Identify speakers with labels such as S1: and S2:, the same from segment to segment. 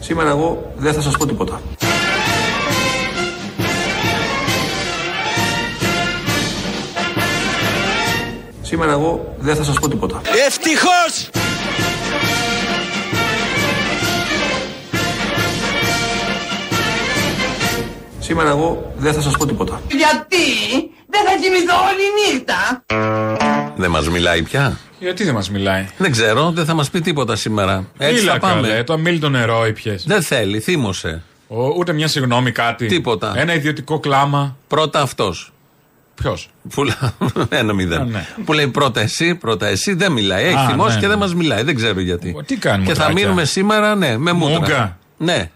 S1: σήμερα εγώ δεν θα σας πω τίποτα. Σήμερα εγώ δεν θα σας πω τίποτα.
S2: Ευτυχώς!
S1: Σήμερα εγώ δεν θα σας πω τίποτα.
S3: Γιατί δεν θα κοιμηθώ όλη νύχτα.
S4: Δεν μας μιλάει πια.
S5: Γιατί δεν μας μιλάει.
S4: Δεν ξέρω, δεν θα μας πει τίποτα σήμερα. Έτσι
S5: Μίλα
S4: θα πάμε.
S5: καλέ, το αμήλυτο νερό ήπιες.
S4: Δεν θέλει, θύμωσε.
S5: Ο, ούτε μια συγγνώμη κάτι.
S4: Τίποτα.
S5: Ένα ιδιωτικό κλάμα.
S4: Πρώτα αυτός.
S5: Ποιος.
S4: Που... λέ- Ένα μηδέν.
S5: Α, ναι.
S4: Που λέει πρώτα εσύ, πρώτα εσύ. Δεν μιλάει. Έχει
S5: Α,
S4: θυμώσει
S5: ναι,
S4: και
S5: ναι.
S4: δεν μας μιλάει. Δεν ξέρω γιατί.
S5: Ο, τι κάνει
S4: Και θα
S5: μουτράκια.
S4: μείνουμε σήμερα, ναι, με μούτρα.
S5: Μούγκα.
S4: Ναι.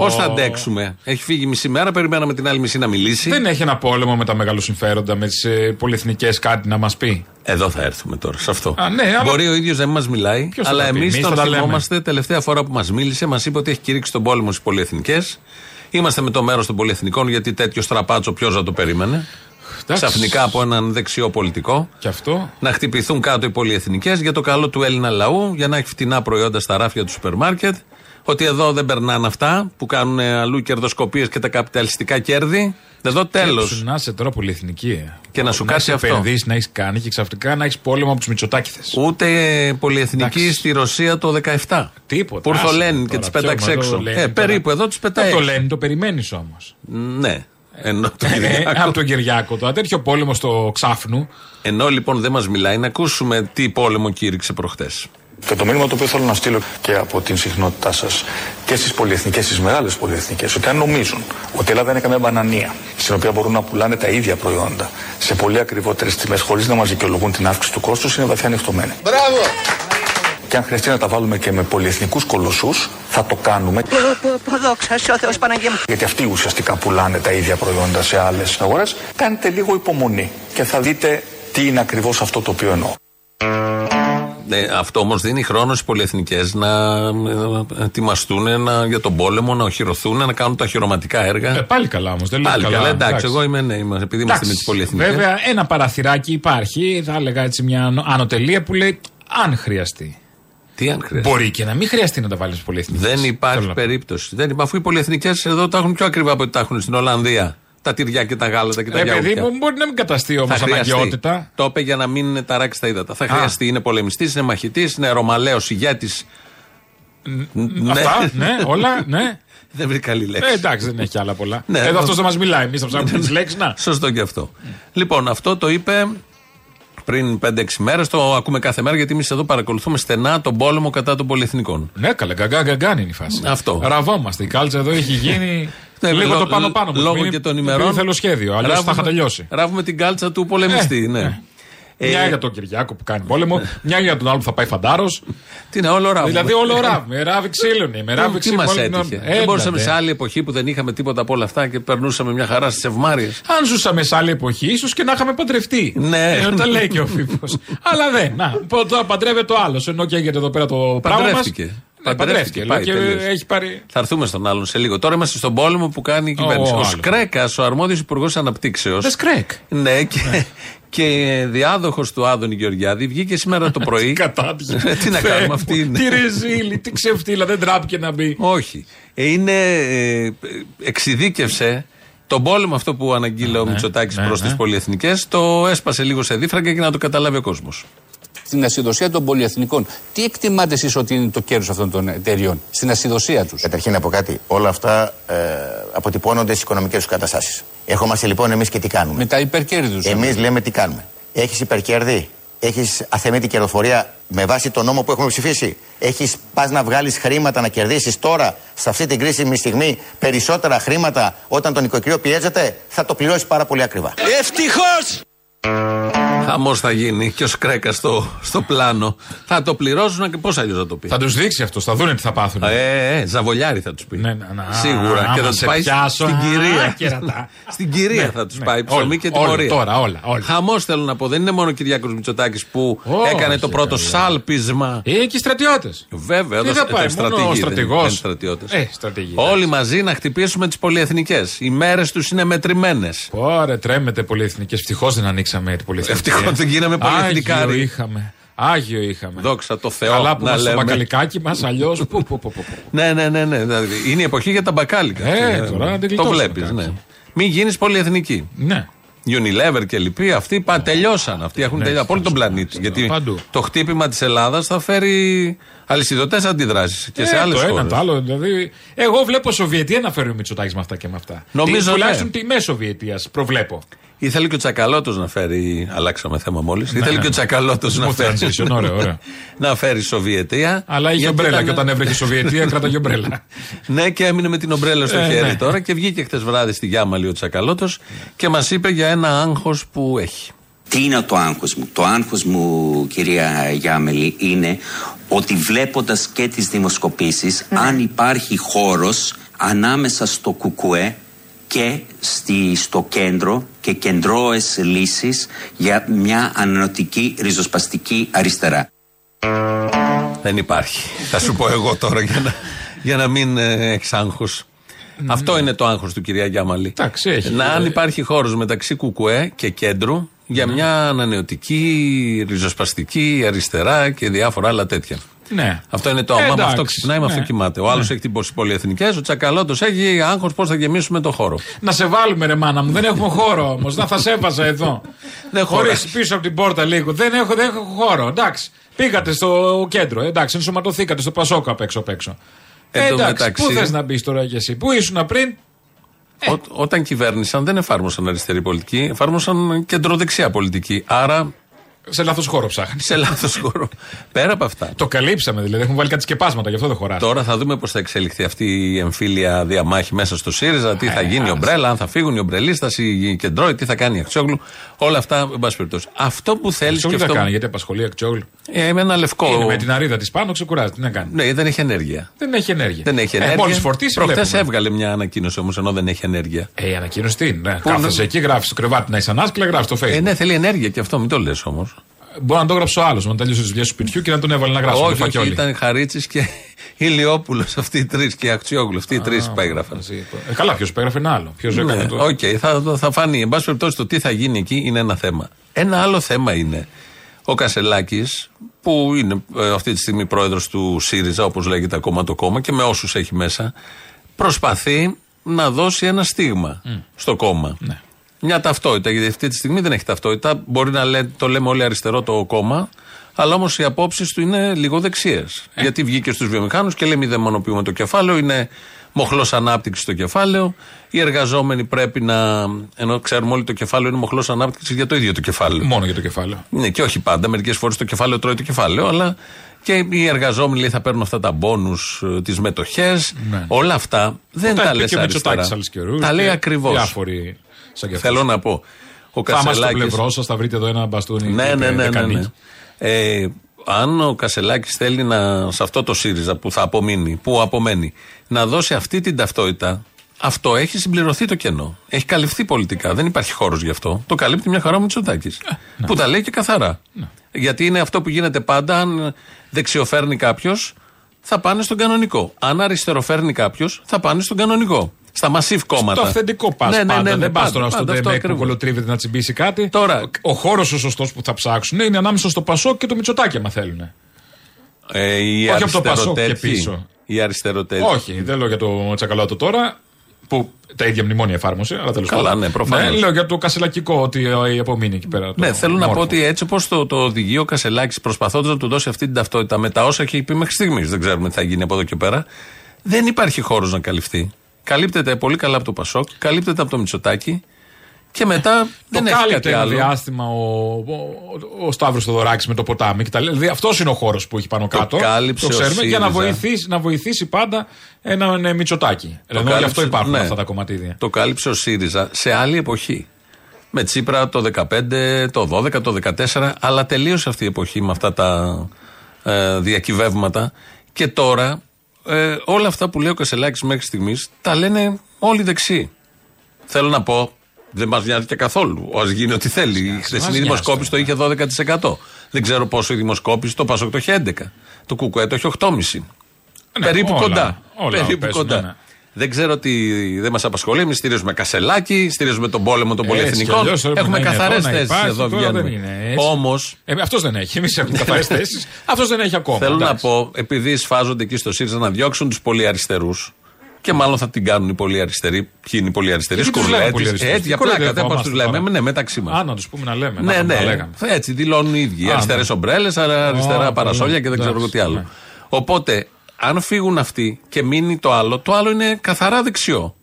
S4: Πώς θα αντέξουμε. Έχει φύγει μισή μέρα, περιμέναμε την άλλη μισή να μιλήσει.
S5: Δεν έχει ένα πόλεμο με τα μεγάλου συμφέροντα, με τις ε, πολυεθνικές κάτι να μας πει.
S4: Εδώ θα έρθουμε τώρα, σε αυτό.
S5: Α, ναι, αλλά-
S4: Μπορεί ο ίδιος να μην μας μιλάει,
S5: Ποιος θα
S4: αλλά
S5: τα πει,
S4: εμείς
S5: εμείς
S4: τον
S5: θα τα λέμε.
S4: θυμόμαστε. Τελευταία φορά που μας μίλησε, μας είπε ότι έχει κηρύξει τον πόλεμο στις πολυεθνικές. Είμαστε με το μέρος των πολυεθνικών, γιατί τέτοιο στραπάτσο ποιος θα το περίμενε.
S5: Εντάξει.
S4: Ξαφνικά από έναν δεξιό πολιτικό.
S5: Και αυτό.
S4: Να χτυπηθούν κάτω οι πολυεθνικές για το καλό του Έλληνα λαού, για να έχει φτηνά προϊόντα στα ράφια του σούπερ μάρκετ. Ότι εδώ δεν περνάνε αυτά που κάνουν αλλού κερδοσκοπίες και τα καπιταλιστικά κέρδη. Εδώ τέλο.
S5: Σκέψου Να είσαι τώρα πολυεθνική. ε.
S4: Και να σου
S5: να
S4: κάτσει αυτό.
S5: επενδύσει, να έχεις κάνει και ξαφνικά να έχεις πόλεμο από τους Μητσοτάκηθε.
S4: Ούτε πολυεθνική
S5: Εντάξει.
S4: στη Ρωσία το 17.
S5: Τίποτα.
S4: Που ήρθε ο
S5: άσε
S4: Λένιν και
S5: τώρα,
S4: τι
S5: ποιο,
S4: πέταξε
S5: μα το
S4: έξω.
S5: Λένιν τώρα.
S4: Ε, περίπου εδώ τι πετάει.
S5: Δεν το
S4: έξω.
S5: λένε, το περιμένεις όμως.
S4: Ναι. Ενώ, το Κυριάκο-
S5: Ε, Από τον Κυριάκο τώρα. Τέτοιο πόλεμο στο ξάφνου.
S4: Ενώ λοιπόν δεν μας μιλάει, να ακούσουμε τι πόλεμο κήρυξε προχτές.
S6: Και το μήνυμα το οποίο θέλω να στείλω και από την συχνότητά σας και στις πολυεθνικές, στις μεγάλες πολυεθνικές, ότι αν νομίζουν ότι η Ελλάδα είναι καμία μπανανία, στην οποία μπορούν να πουλάνε τα ίδια προϊόντα σε πολύ ακριβότερες τιμές, χωρίς να μας δικαιολογούν την αύξηση του κόστους, είναι βαθιά ανοιχτωμένοι. Μπράβο! Και αν χρειαστεί να τα βάλουμε και με πολυεθνικούς κολοσσούς, θα το κάνουμε.
S3: Δόξα σε ο Θεός Παναγία μου.
S6: Γιατί αυτοί ουσιαστικά πουλάνε τα ίδια προϊόντα σε άλλες αγορές. Κάντε λίγο υπομονή και θα δείτε τι είναι ακριβώς αυτό το οποίο εννοώ.
S4: Ε, αυτό όμως δίνει χρόνο στις πολυεθνικές να ε, ετοιμαστούν να, για τον πόλεμο, να οχυρωθούν, να κάνουν τα οχυρωματικά έργα.
S5: Ε, πάλι καλά όμως. Δεν λέω
S4: Πάλι
S5: καλά.
S4: καλά, εντάξει, εγώ είμαι ναι, είμαι- επειδή είμαστε με τις πολυεθνικές.
S5: Βέβαια, ένα παραθυράκι υπάρχει, θα έλεγα έτσι μια ανο- ανωτελεία που λέει αν χρειαστεί.
S4: Τι αν χρειάζεται.
S5: Μπορεί και να μην χρειαστεί να τα βάλεις πολυεθνικές.
S4: Δεν υπάρχει περίπτωση. Δεν, υπά- αφού οι πολυεθνικές εδώ τα έχουν πιο ακριβά από ό,τι τα έχουν στην Ολλανδία. Τα τυριά και τα γάλατα και τα
S5: Ρε Ε, παιδί
S4: γιαούρτια.
S5: μου, μπορεί να μην καταστεί όμως
S4: Θα χρειαστεί.
S5: αναγκαιότητα.
S4: Το είπε για να μην ταράξει τα ύδατα. Θα χρειαστεί. Είναι πολεμιστής, είναι μαχητής, είναι ρωμαλαίος ηγέτης. Ναι.
S5: Αυτά, ναι, όλα, ναι.
S4: Δεν βρήκα καλή λέξη.
S5: Ε, εντάξει, δεν έχει άλλα πολλά.
S4: Ναι,
S5: Εδώ
S4: εδώ-
S5: αυτός δεν μας μιλάει. Εμείς θα ψάχνουμε τις λέξεις. Να.
S4: Σωστό και αυτό. Λοιπόν, αυτό το είπε πριν 5-6 μέρες. Το ακούμε κάθε μέρα γιατί εμείς εδώ παρακολουθούμε στενά τον πόλεμο κατά των πολυεθνικών.
S5: Ναι, καλά, γκαγκά, γκαγκάν είναι η φάση.
S4: Αυτό.
S5: Ραβόμαστε. Η κάλτσα εδώ έχει γίνει. λίγο
S4: Ναι, Λο-
S5: το πάνω πάνω. μας.
S4: Λόγω
S5: Είναι-
S4: και των
S5: επειδή
S4: ημερών.
S5: Θέλω σχέδιο, αλλιώς θα
S4: ράβουμε-
S5: είχα τελειώσει.
S4: Ράβουμε την κάλτσα του πολεμιστή,
S5: Ε,
S4: ναι.
S5: ε.
S4: Ε,
S5: Μια για τον Κυριάκο που κάνει πόλεμο, μια για τον άλλο που θα πάει φαντάρος.
S4: Τι είναι, όλο ράβουμε.
S5: δηλαδή όλο ράβ. Με ράβει ξύλωνε. Με Ε, ράβει
S4: Τι μα
S5: ξύλωνε. όλη την
S4: έτυχε.
S5: ώρα.
S4: δεν
S5: Έλατε.
S4: μπορούσαμε σε άλλη εποχή που δεν είχαμε τίποτα από όλα αυτά και περνούσαμε μια χαρά στις ευμάρειε.
S5: Αν ζούσαμε σε άλλη εποχή, ίσως και να είχαμε παντρευτεί.
S4: Ναι.
S5: Ε, τα λέει και ο Φίπο. Αλλά δεν. Να, πω, τώρα παντρεύεται ο άλλος. Ενώ και έγινε εδώ πέρα το πράγμα. μας.
S4: Παντρεύτηκε.
S5: Ναι, παντρεύτηκε.
S4: Παντρεύτηκε,
S5: Λέει
S4: πάει,
S5: και
S4: τελείωσε.
S5: έχει πάρει.
S4: Θα έρθουμε στον άλλον σε λίγο. Τώρα είμαστε στον πόλεμο που κάνει η κυβέρνηση.
S5: ο
S4: Ο,
S5: άλλος.
S4: Σκρέκας, ο αρμόδιος υπουργός αναπτύξεως.
S5: Δε κρέκ.
S4: Ναι, και, και διάδοχος του Άδωνη Γεωργιάδη βγήκε σήμερα το πρωί. Ε,
S5: Κατάτυχε.
S4: Τι να
S5: Θεέ
S4: κάνουμε,
S5: μου,
S4: αυτή είναι.
S5: Τι ρεζίλη, τι ξεφτύλα, δεν τράπηκε να μπει.
S4: Όχι. Ε, Είναι, ε, εξειδίκευσε τον πόλεμο αυτό που αναγγείλε ο Μητσοτάκης
S5: ναι,
S4: προς τις
S5: ναι.
S4: πολυεθνικές. Το έσπασε λίγο σε δίφραγκα και να το καταλάβει ο κόσμος.
S7: Στην ασυδοσία των πολυεθνικών, τι εκτιμάτε εσείς ότι είναι το κέρδος αυτών των εταιριών, στην ασυδοσία τους.
S8: Καταρχήν να πω κάτι. Όλα αυτά ε, αποτυπώνονται στις οικονομικές τους καταστάσεις. Έρχομαστε λοιπόν εμείς και τι κάνουμε.
S7: Με τα υπερκέρδη τους.
S8: Εμείς λέμε τι κάνουμε. Έχεις υπερκέρδη. Έχεις αθεμίτη κερδοφορία με βάση τον νόμο που έχουμε ψηφίσει. Έχεις πας να βγάλεις χρήματα να κερδίσεις τώρα, σε αυτή την κρίσιμη στιγμή, περισσότερα χρήματα όταν το νοικοκυριό πιέζεται. Θα το πληρώσεις πάρα πολύ ακριβά.
S2: Ευτυχώς!
S4: Χαμός θα γίνει και ο Σκρέκας στο, στο πλάνο. θα το πληρώσουν και πώς αλλιώς θα το πει.
S5: Θα τους δείξει αυτός, θα δούνε τι θα πάθουν.
S4: Ε, ε, ζαβολιάρι θα τους πει.
S5: Ναι, ναι, ναι.
S4: Σίγουρα.
S5: Α,
S4: και
S5: άμα
S4: θα τους
S5: σε
S4: πάει
S5: πιάσω.
S4: στην
S5: Α,
S4: κυρία.
S5: κερατά.
S4: στην κυρία
S5: Ναι,
S4: θα του
S5: ναι.
S4: πάει. Ψωμί
S5: Όλα,
S4: και
S5: όλα,
S4: τιμωρία.
S5: τώρα, όλα, όλα.
S4: Χαμός θέλω να πω. Δεν είναι μόνο ο Κυριάκος Μητσοτάκης που
S5: Όχι,
S4: έκανε το πρώτο
S5: καλά.
S4: σάλπισμα.
S5: Ε, και οι στρατιώτες.
S4: Βέβαια,
S5: Τι
S4: εδώ
S5: θα πάει, μόνο ο στρατηγός.
S4: στρατιώτες.
S5: Ε, στρατηγοί,
S4: Όλοι
S5: εντάξει.
S4: μαζί να χτυπήσουμε τις πολυεθνικές. Οι μέρες τους είναι μετρημένες.
S5: Ωραία, τρέμετε πολυεθνικές. Ευτυχώς δεν ανοίξαμε την πολυεθνική.
S4: Ευτυχώς δεν γίναμε πολυεθνικάρι.
S5: Άγιο είχαμε. Άγιο είχαμε.
S4: Δόξα τω Θεώ,
S5: Καλά που
S4: να
S5: μας στο
S4: λέμε.
S5: μπακαλικάκι μας, αλλιώς. Πού, πού, πού, πού.
S4: Ναι, ναι, ναι, ναι. Δηλαδή είναι η εποχή για τα μπακάλικα.
S5: Ε,
S4: Αυτή,
S5: τώρα να την
S4: Το
S5: γλιτώσουμε
S4: βλέπεις,
S5: κάπως.
S4: ναι. Μην γίνεις πολυεθνική.
S5: Ναι.
S4: Unilever και λοιποί, αυτοί πα, τελειώσαν. Αυτοί έχουν
S5: Ναι,
S4: τελειώσει από όλο τον
S5: σωστά,
S4: πλανήτη.
S5: σωστά.
S4: Γιατί
S5: Παντού.
S4: το χτύπημα της Ελλάδας θα φέρει αλυσιδωτές αντιδράσεις και σε
S5: Ε,
S4: άλλες
S5: το ένα,
S4: χώρες.
S5: το άλλο. Δηλαδή, εγώ βλέπω Σοβιετία να φέρει ο Μητσοτάκης με αυτά και με αυτά.
S4: Νομίζω,
S5: Τι-
S4: ναι.
S5: Τουλάχιστον τιμέ Σοβιετίας προβλέπω.
S4: Ήθελε και ο Τσακαλώτος να φέρει. Αλλάξαμε θέμα μόλις.
S5: Ναι,
S4: Ήθελε και ο Τσακαλώτος να
S5: Smooth
S4: φέρει.
S5: transition, ωραίο, ωραίο.
S4: να φέρει Σοβιετία.
S5: Αλλά είχε
S4: Γιατί
S5: ομπρέλα
S4: ήταν-
S5: και όταν έβρεχε η Σοβιετία κράταγε ομπρέλα.
S4: Ναι, και έμεινε με την ομπρέλα στο
S5: Ε,
S4: χέρι
S5: ναι.
S4: τώρα και βγήκε χτε βράδυ στη Γιάμαλη ο Τσακαλώτος και μας είπε για ένα άγχος που έχει.
S9: Τι είναι το άγχος μου. Το άγχος μου, κυρία Γιάμελη, είναι ότι βλέποντας και τις δημοσκοπήσεις, αν υπάρχει χώρος ανάμεσα στο κουκουέ και στη, στο κέντρο και κεντρώες λύσεις για μια ανανοτική ριζοσπαστική αριστερά.
S4: Δεν υπάρχει. Θα σου πω εγώ τώρα για να, για να μην έχει άγχο. Αυτό είναι το άγχος του κυρία Γιάμαλη.
S5: Ναι. Εντάξει, έχει.
S4: Να αν υπάρχει χώρος μεταξύ Κουκουέ και κέντρου
S5: Ναι.
S4: για μια ανανεωτική, ριζοσπαστική, αριστερά και διάφορα άλλα τέτοια.
S5: Ναι.
S4: Αυτό είναι το άμα. με
S5: Εντάξει,
S4: αυτό ξυπνάει, με αυτό
S5: ναι.
S4: κοιμάται. Ο άλλος έχει την πολυεθνικές, ο τσακαλώτος έχει άγχος πώς θα γεμίσουμε το χώρο.
S5: Να σε βάλουμε, ρε μάνα μου. Δεν έχουμε χώρο όμως. Να θα σε έβαζα εδώ.
S4: Δεν
S5: Χωρίς
S4: χωράει.
S5: πίσω από την πόρτα λίγο. Δεν έχω, δεν έχω χώρο. Εντάξει. Πήγατε στο κέντρο. ε, Εντάξει, ενσωματωθήκατε στο Πασόκα απ' έξω απ' έξω.
S4: Εν
S5: Ε,
S4: τω
S5: εντάξει,
S4: μεταξύ-
S5: πού θες να μπεις τώρα κι εσύ. Πού ήσουν πριν. Ε.
S4: Ό, όταν κυβέρνησαν δεν εφάρμοσαν αριστερή πολιτική, εφάρμοσαν κεντροδεξιά πολιτική. Άρα
S5: Σε λάθος χώρο ψάχνει.
S4: σε λάθος χώρο. Πέρα από αυτά.
S5: Το καλύψαμε δηλαδή. Έχουν βάλει κάτι σκεπάσματα, γι' αυτό δεν χωράει.
S4: Τώρα θα δούμε πώς θα εξελιχθεί αυτή η εμφύλια διαμάχη μέσα στο ΣΥΡΙΖΑ,
S5: Ε,
S4: τι θα γίνει η ομπρέλα, αν θα φύγουν οι ομπρελίστας, οι κεντρώοι, τι θα κάνει η Αξιόγλου. Όλα αυτά, εν πάση περιπτώσει. Αυτό που θέλεις και
S5: Τι θα
S4: αυτό.
S5: κάνει, γιατί απασχολεί Αξιόγλου.
S4: Ε, με ένα λευκό.
S5: Είναι με την αρίδα της πάνω, ξεκουράζει. Τι να κάνει.
S4: Ναι, δεν έχει ενέργεια.
S5: Δεν έχει ενέργεια.
S4: Δεν έχει ενέργεια.
S5: Ε, Μόλις φορτίσει,
S4: Προχτές
S5: βλέπουμε.
S4: έβγαλε μια ανακοίνωση όμως, ενώ δεν έχει ενέργεια.
S5: Ε, η ανακοίνωση τι είναι.
S4: Πού
S5: Κάθεσαι
S4: να-
S5: εκεί, γράφεις στο κρεβάτι να είσαι ανάσκελα, γράφεις στο Facebook.
S4: Ε, ναι, θέλει ενέργεια και αυτό, μην το λες όμως.
S5: Μπορεί να το γράψει ο άλλος, να τελειώσει τις δουλειές του σπιτιού και να τον έβαλε να γράψει. με
S4: Όχι,
S5: το
S4: όχι,
S5: φακιόλι.
S4: ήταν Χαρίτσης και Ηλιόπουλος αυτοί οι τρεις και η Αξιόγλου. Αυτοί οι τρεις που έγραφαν.
S5: Μαζί, ε, καλά, ποιος πέγραφε ένα άλλο. Ποιος
S4: Ναι,
S5: έκανε
S4: Οκ,
S5: το.
S4: θα, θα φανεί. Εν πάση περιπτώσει, το τι θα γίνει εκεί είναι ένα θέμα. Ένα άλλο θέμα είναι ο Κασελάκης, που είναι ε, αυτή τη στιγμή πρόεδρος του ΣΥΡΙΖΑ, όπως λέγεται ακόμα το κόμμα και με όσους έχει μέσα, προσπαθεί να δώσει ένα στίγμα στο κόμμα.
S5: Ναι.
S4: Μια ταυτότητα, γιατί αυτή τη στιγμή δεν έχει ταυτότητα. Μπορεί να λέ, το λέμε όλοι αριστερό το κόμμα, αλλά όμως οι απόψεις του είναι λίγο δεξιέ.
S5: Ε.
S4: Γιατί βγήκε στους βιομηχάνους και λέει: Μη δαιμονοποιούμε το κεφάλαιο, είναι μοχλός ανάπτυξης στο κεφάλαιο. Οι εργαζόμενοι πρέπει να. ενώ ξέρουμε όλοι το κεφάλαιο είναι μοχλός ανάπτυξης για το ίδιο το κεφάλαιο.
S5: Μόνο για το κεφάλαιο.
S4: Ναι, και όχι πάντα. Μερικές φορές το κεφάλαιο τρώει το κεφάλαιο, αλλά και οι εργαζόμενοι λέει, θα παίρνουν αυτά τα μπόνους, τις μετοχές.
S5: Ναι.
S4: Όλα αυτά δεν
S5: Τα
S4: τα,
S5: είπε
S4: λες
S5: και ο Μητσοτάκη
S4: αριστερά.
S5: άλλου καιρούς.
S4: Τα λέει ακριβώς.
S5: Διάφοροι σαν και
S4: Θέλω να πω. Ο
S5: Θα είμαστε στο
S4: Κασελάκης-
S5: πλευρό σας, θα βρείτε εδώ ένα μπαστούνι.
S4: ναι,
S5: είπε,
S4: ναι, ναι, ναι, ναι.
S5: δεκανίκι.
S4: Ε, αν ο Κασελάκης θέλει να, σε αυτό το ΣΥΡΙΖΑ που θα απομείνει, που απομένει, να δώσει αυτή την ταυτότητα, αυτό έχει συμπληρωθεί το κενό. Έχει καλυφθεί πολιτικά. Δεν υπάρχει χώρος γι' αυτό. Το καλύπτει μια χαρά ο Μητσοτάκης.
S5: Ε, ναι.
S4: Που τα λέει και καθαρά. Γιατί είναι αυτό που γίνεται πάντα. Αν δεξιοφέρνει κάποιος, θα πάνε στον κανονικό. Αν αριστεροφέρνει κάποιος, θα πάνε στον κανονικό. Στα μασίβ κόμματα.
S5: Το αυθεντικό πας
S4: Ναι, ναι,
S5: πάντα.
S4: ναι, ναι,
S5: δεν πας
S4: πάντα,
S5: τώρα στο
S4: πάντα, αυτό
S5: ΔΕΜΕΚ που
S4: ακριβώς.
S5: κολοτρίβεται να τσιμπήσει κάτι.
S4: Τώρα-
S5: Ο χώρος ο σωστός που θα ψάξουν είναι ανάμεσα στο Πασόκ και το Μητσοτάκη, άμα θέλουν.
S4: Ε, οι
S5: Όχι από το Πασόκ και
S4: αριστεροτέτοιοι-
S5: πίσω.
S4: Οι αριστεροτέτοιοι.
S5: Όχι, δεν λέω για το τσακαλώτο τώρα. Που τα ίδια μνημόνια εφάρμοσε, αλλά τέλος
S4: Καλά, ναι, προφανώς.
S5: λέω για το κασελακικό ότι ε, ε, απομείνει εκεί πέρα. το
S4: Ναι, θέλω να πω
S5: μόρφο.
S4: ότι έτσι όπως το, το οδηγεί ο Κασελάκης προσπαθώντας να του δώσει αυτή την ταυτότητα με τα όσα έχει πει μέχρι στιγμής, δεν ξέρουμε τι θα γίνει από εδώ και πέρα, δεν υπάρχει χώρος να καλυφθεί. Καλύπτεται πολύ καλά από το Πασόκ, καλύπτεται από το Μητσοτάκι και μετά
S5: Το
S4: δεν έχει
S5: κάλυπτε
S4: κάτι
S5: ένα
S4: άλλο.
S5: διάστημα ο, ο, ο Σταύρος Θεοδωράκη με το ποτάμι. και τα λέει. Δηλαδή αυτός είναι ο χώρος που έχει πάνω κάτω.
S4: κάλυψε
S5: το
S4: ο
S5: ξέρουμε για να
S4: ΣΥΡΙΖΑ.
S5: βοηθήσει, να βοηθήσει πάντα έναν ε, Μητσοτάκη. Δηλαδή γι' αυτό
S4: κάλυψε-
S5: υπάρχουν
S4: ναι.
S5: αυτά τα κομματίδια.
S4: Το κάλυψε ο ΣΥΡΙΖΑ σε άλλη εποχή. Με Τσίπρα το 15, το 12, το 14, αλλά τελείωσε αυτή η εποχή με αυτά τα ε, διακυβεύματα. Και τώρα ε, όλα αυτά που λέει ο Κασελάκης μέχρι στιγμής τα λένε όλοι δεξιοί. Θέλω να πω, δεν μας νοιάζει και καθόλου. Ας γίνει ό,τι θέλει. Η χθεσινή
S5: μας
S4: δημοσκόπηση το είχε 12%. Δεν ξέρω πόσο η δημοσκόπηση. Το Πασόκ το είχε 11%. Το Κουκουέ το είχε 8,5%.
S5: Ναι,
S4: Περίπου
S5: όλα,
S4: κοντά.
S5: όλα
S4: Περίπου
S5: παίζουν,
S4: κοντά.
S5: ναι, ναι.
S4: Δεν ξέρω τι δεν μας απασχολεί. Εμείς στηρίζουμε Κασελάκη, στηρίζουμε τον πόλεμο των
S5: Έτσι κι
S4: πολυεθνικών.
S5: αλλιώς έπρεπε
S4: Έχουμε
S5: να είναι
S4: καθαρές
S5: εδώ, να
S4: θέσεις
S5: υπάρχει,
S4: εδώ Ναι.
S5: τώρα δεν
S4: βγαίνουν.
S5: είναι έτσι.
S4: Όμως,
S5: Ε, αυτός δεν έχει. Εμείς έχουμε καθαρές θέσεις. Αυτός δεν έχει ακόμα.
S4: θέλω να
S5: εντάξει.
S4: πω, επειδή σφάζονται εκεί στο ΣΥΡΙΖΑ να διώξουν τους πολυαριστερούς. Και μάλλον θα την κάνουν οι πολύ αριστεροί. Ποιοι είναι οι πολύ αριστεροί,
S5: Γιατί τους λέμε
S4: Σκουρλέτη.
S5: πολυαριστερούς.
S4: Έτσι, Ε, για
S5: Τι κουρλέτε
S4: πλάκα. Δεν
S5: φοβόμαστε
S4: του λέμε.
S5: τώρα.
S4: Ναι, μεταξύ μας.
S5: Α, να τους πούμε να λέμε.
S4: Ναι,
S5: να, να
S4: ναι.
S5: λέγαμε.
S4: Έτσι δηλώνουν οι ίδιοι.
S5: Α,
S4: Αριστερές
S5: ναι.
S4: ομπρέλες, αριστερά
S5: Α,
S4: παρασόλια και δεν
S5: εντάξει,
S4: ξέρω εγώ τι άλλο.
S5: ναι.
S4: Οπότε, αν φύγουν αυτοί και μείνει το άλλο, το άλλο είναι καθαρά δεξιό.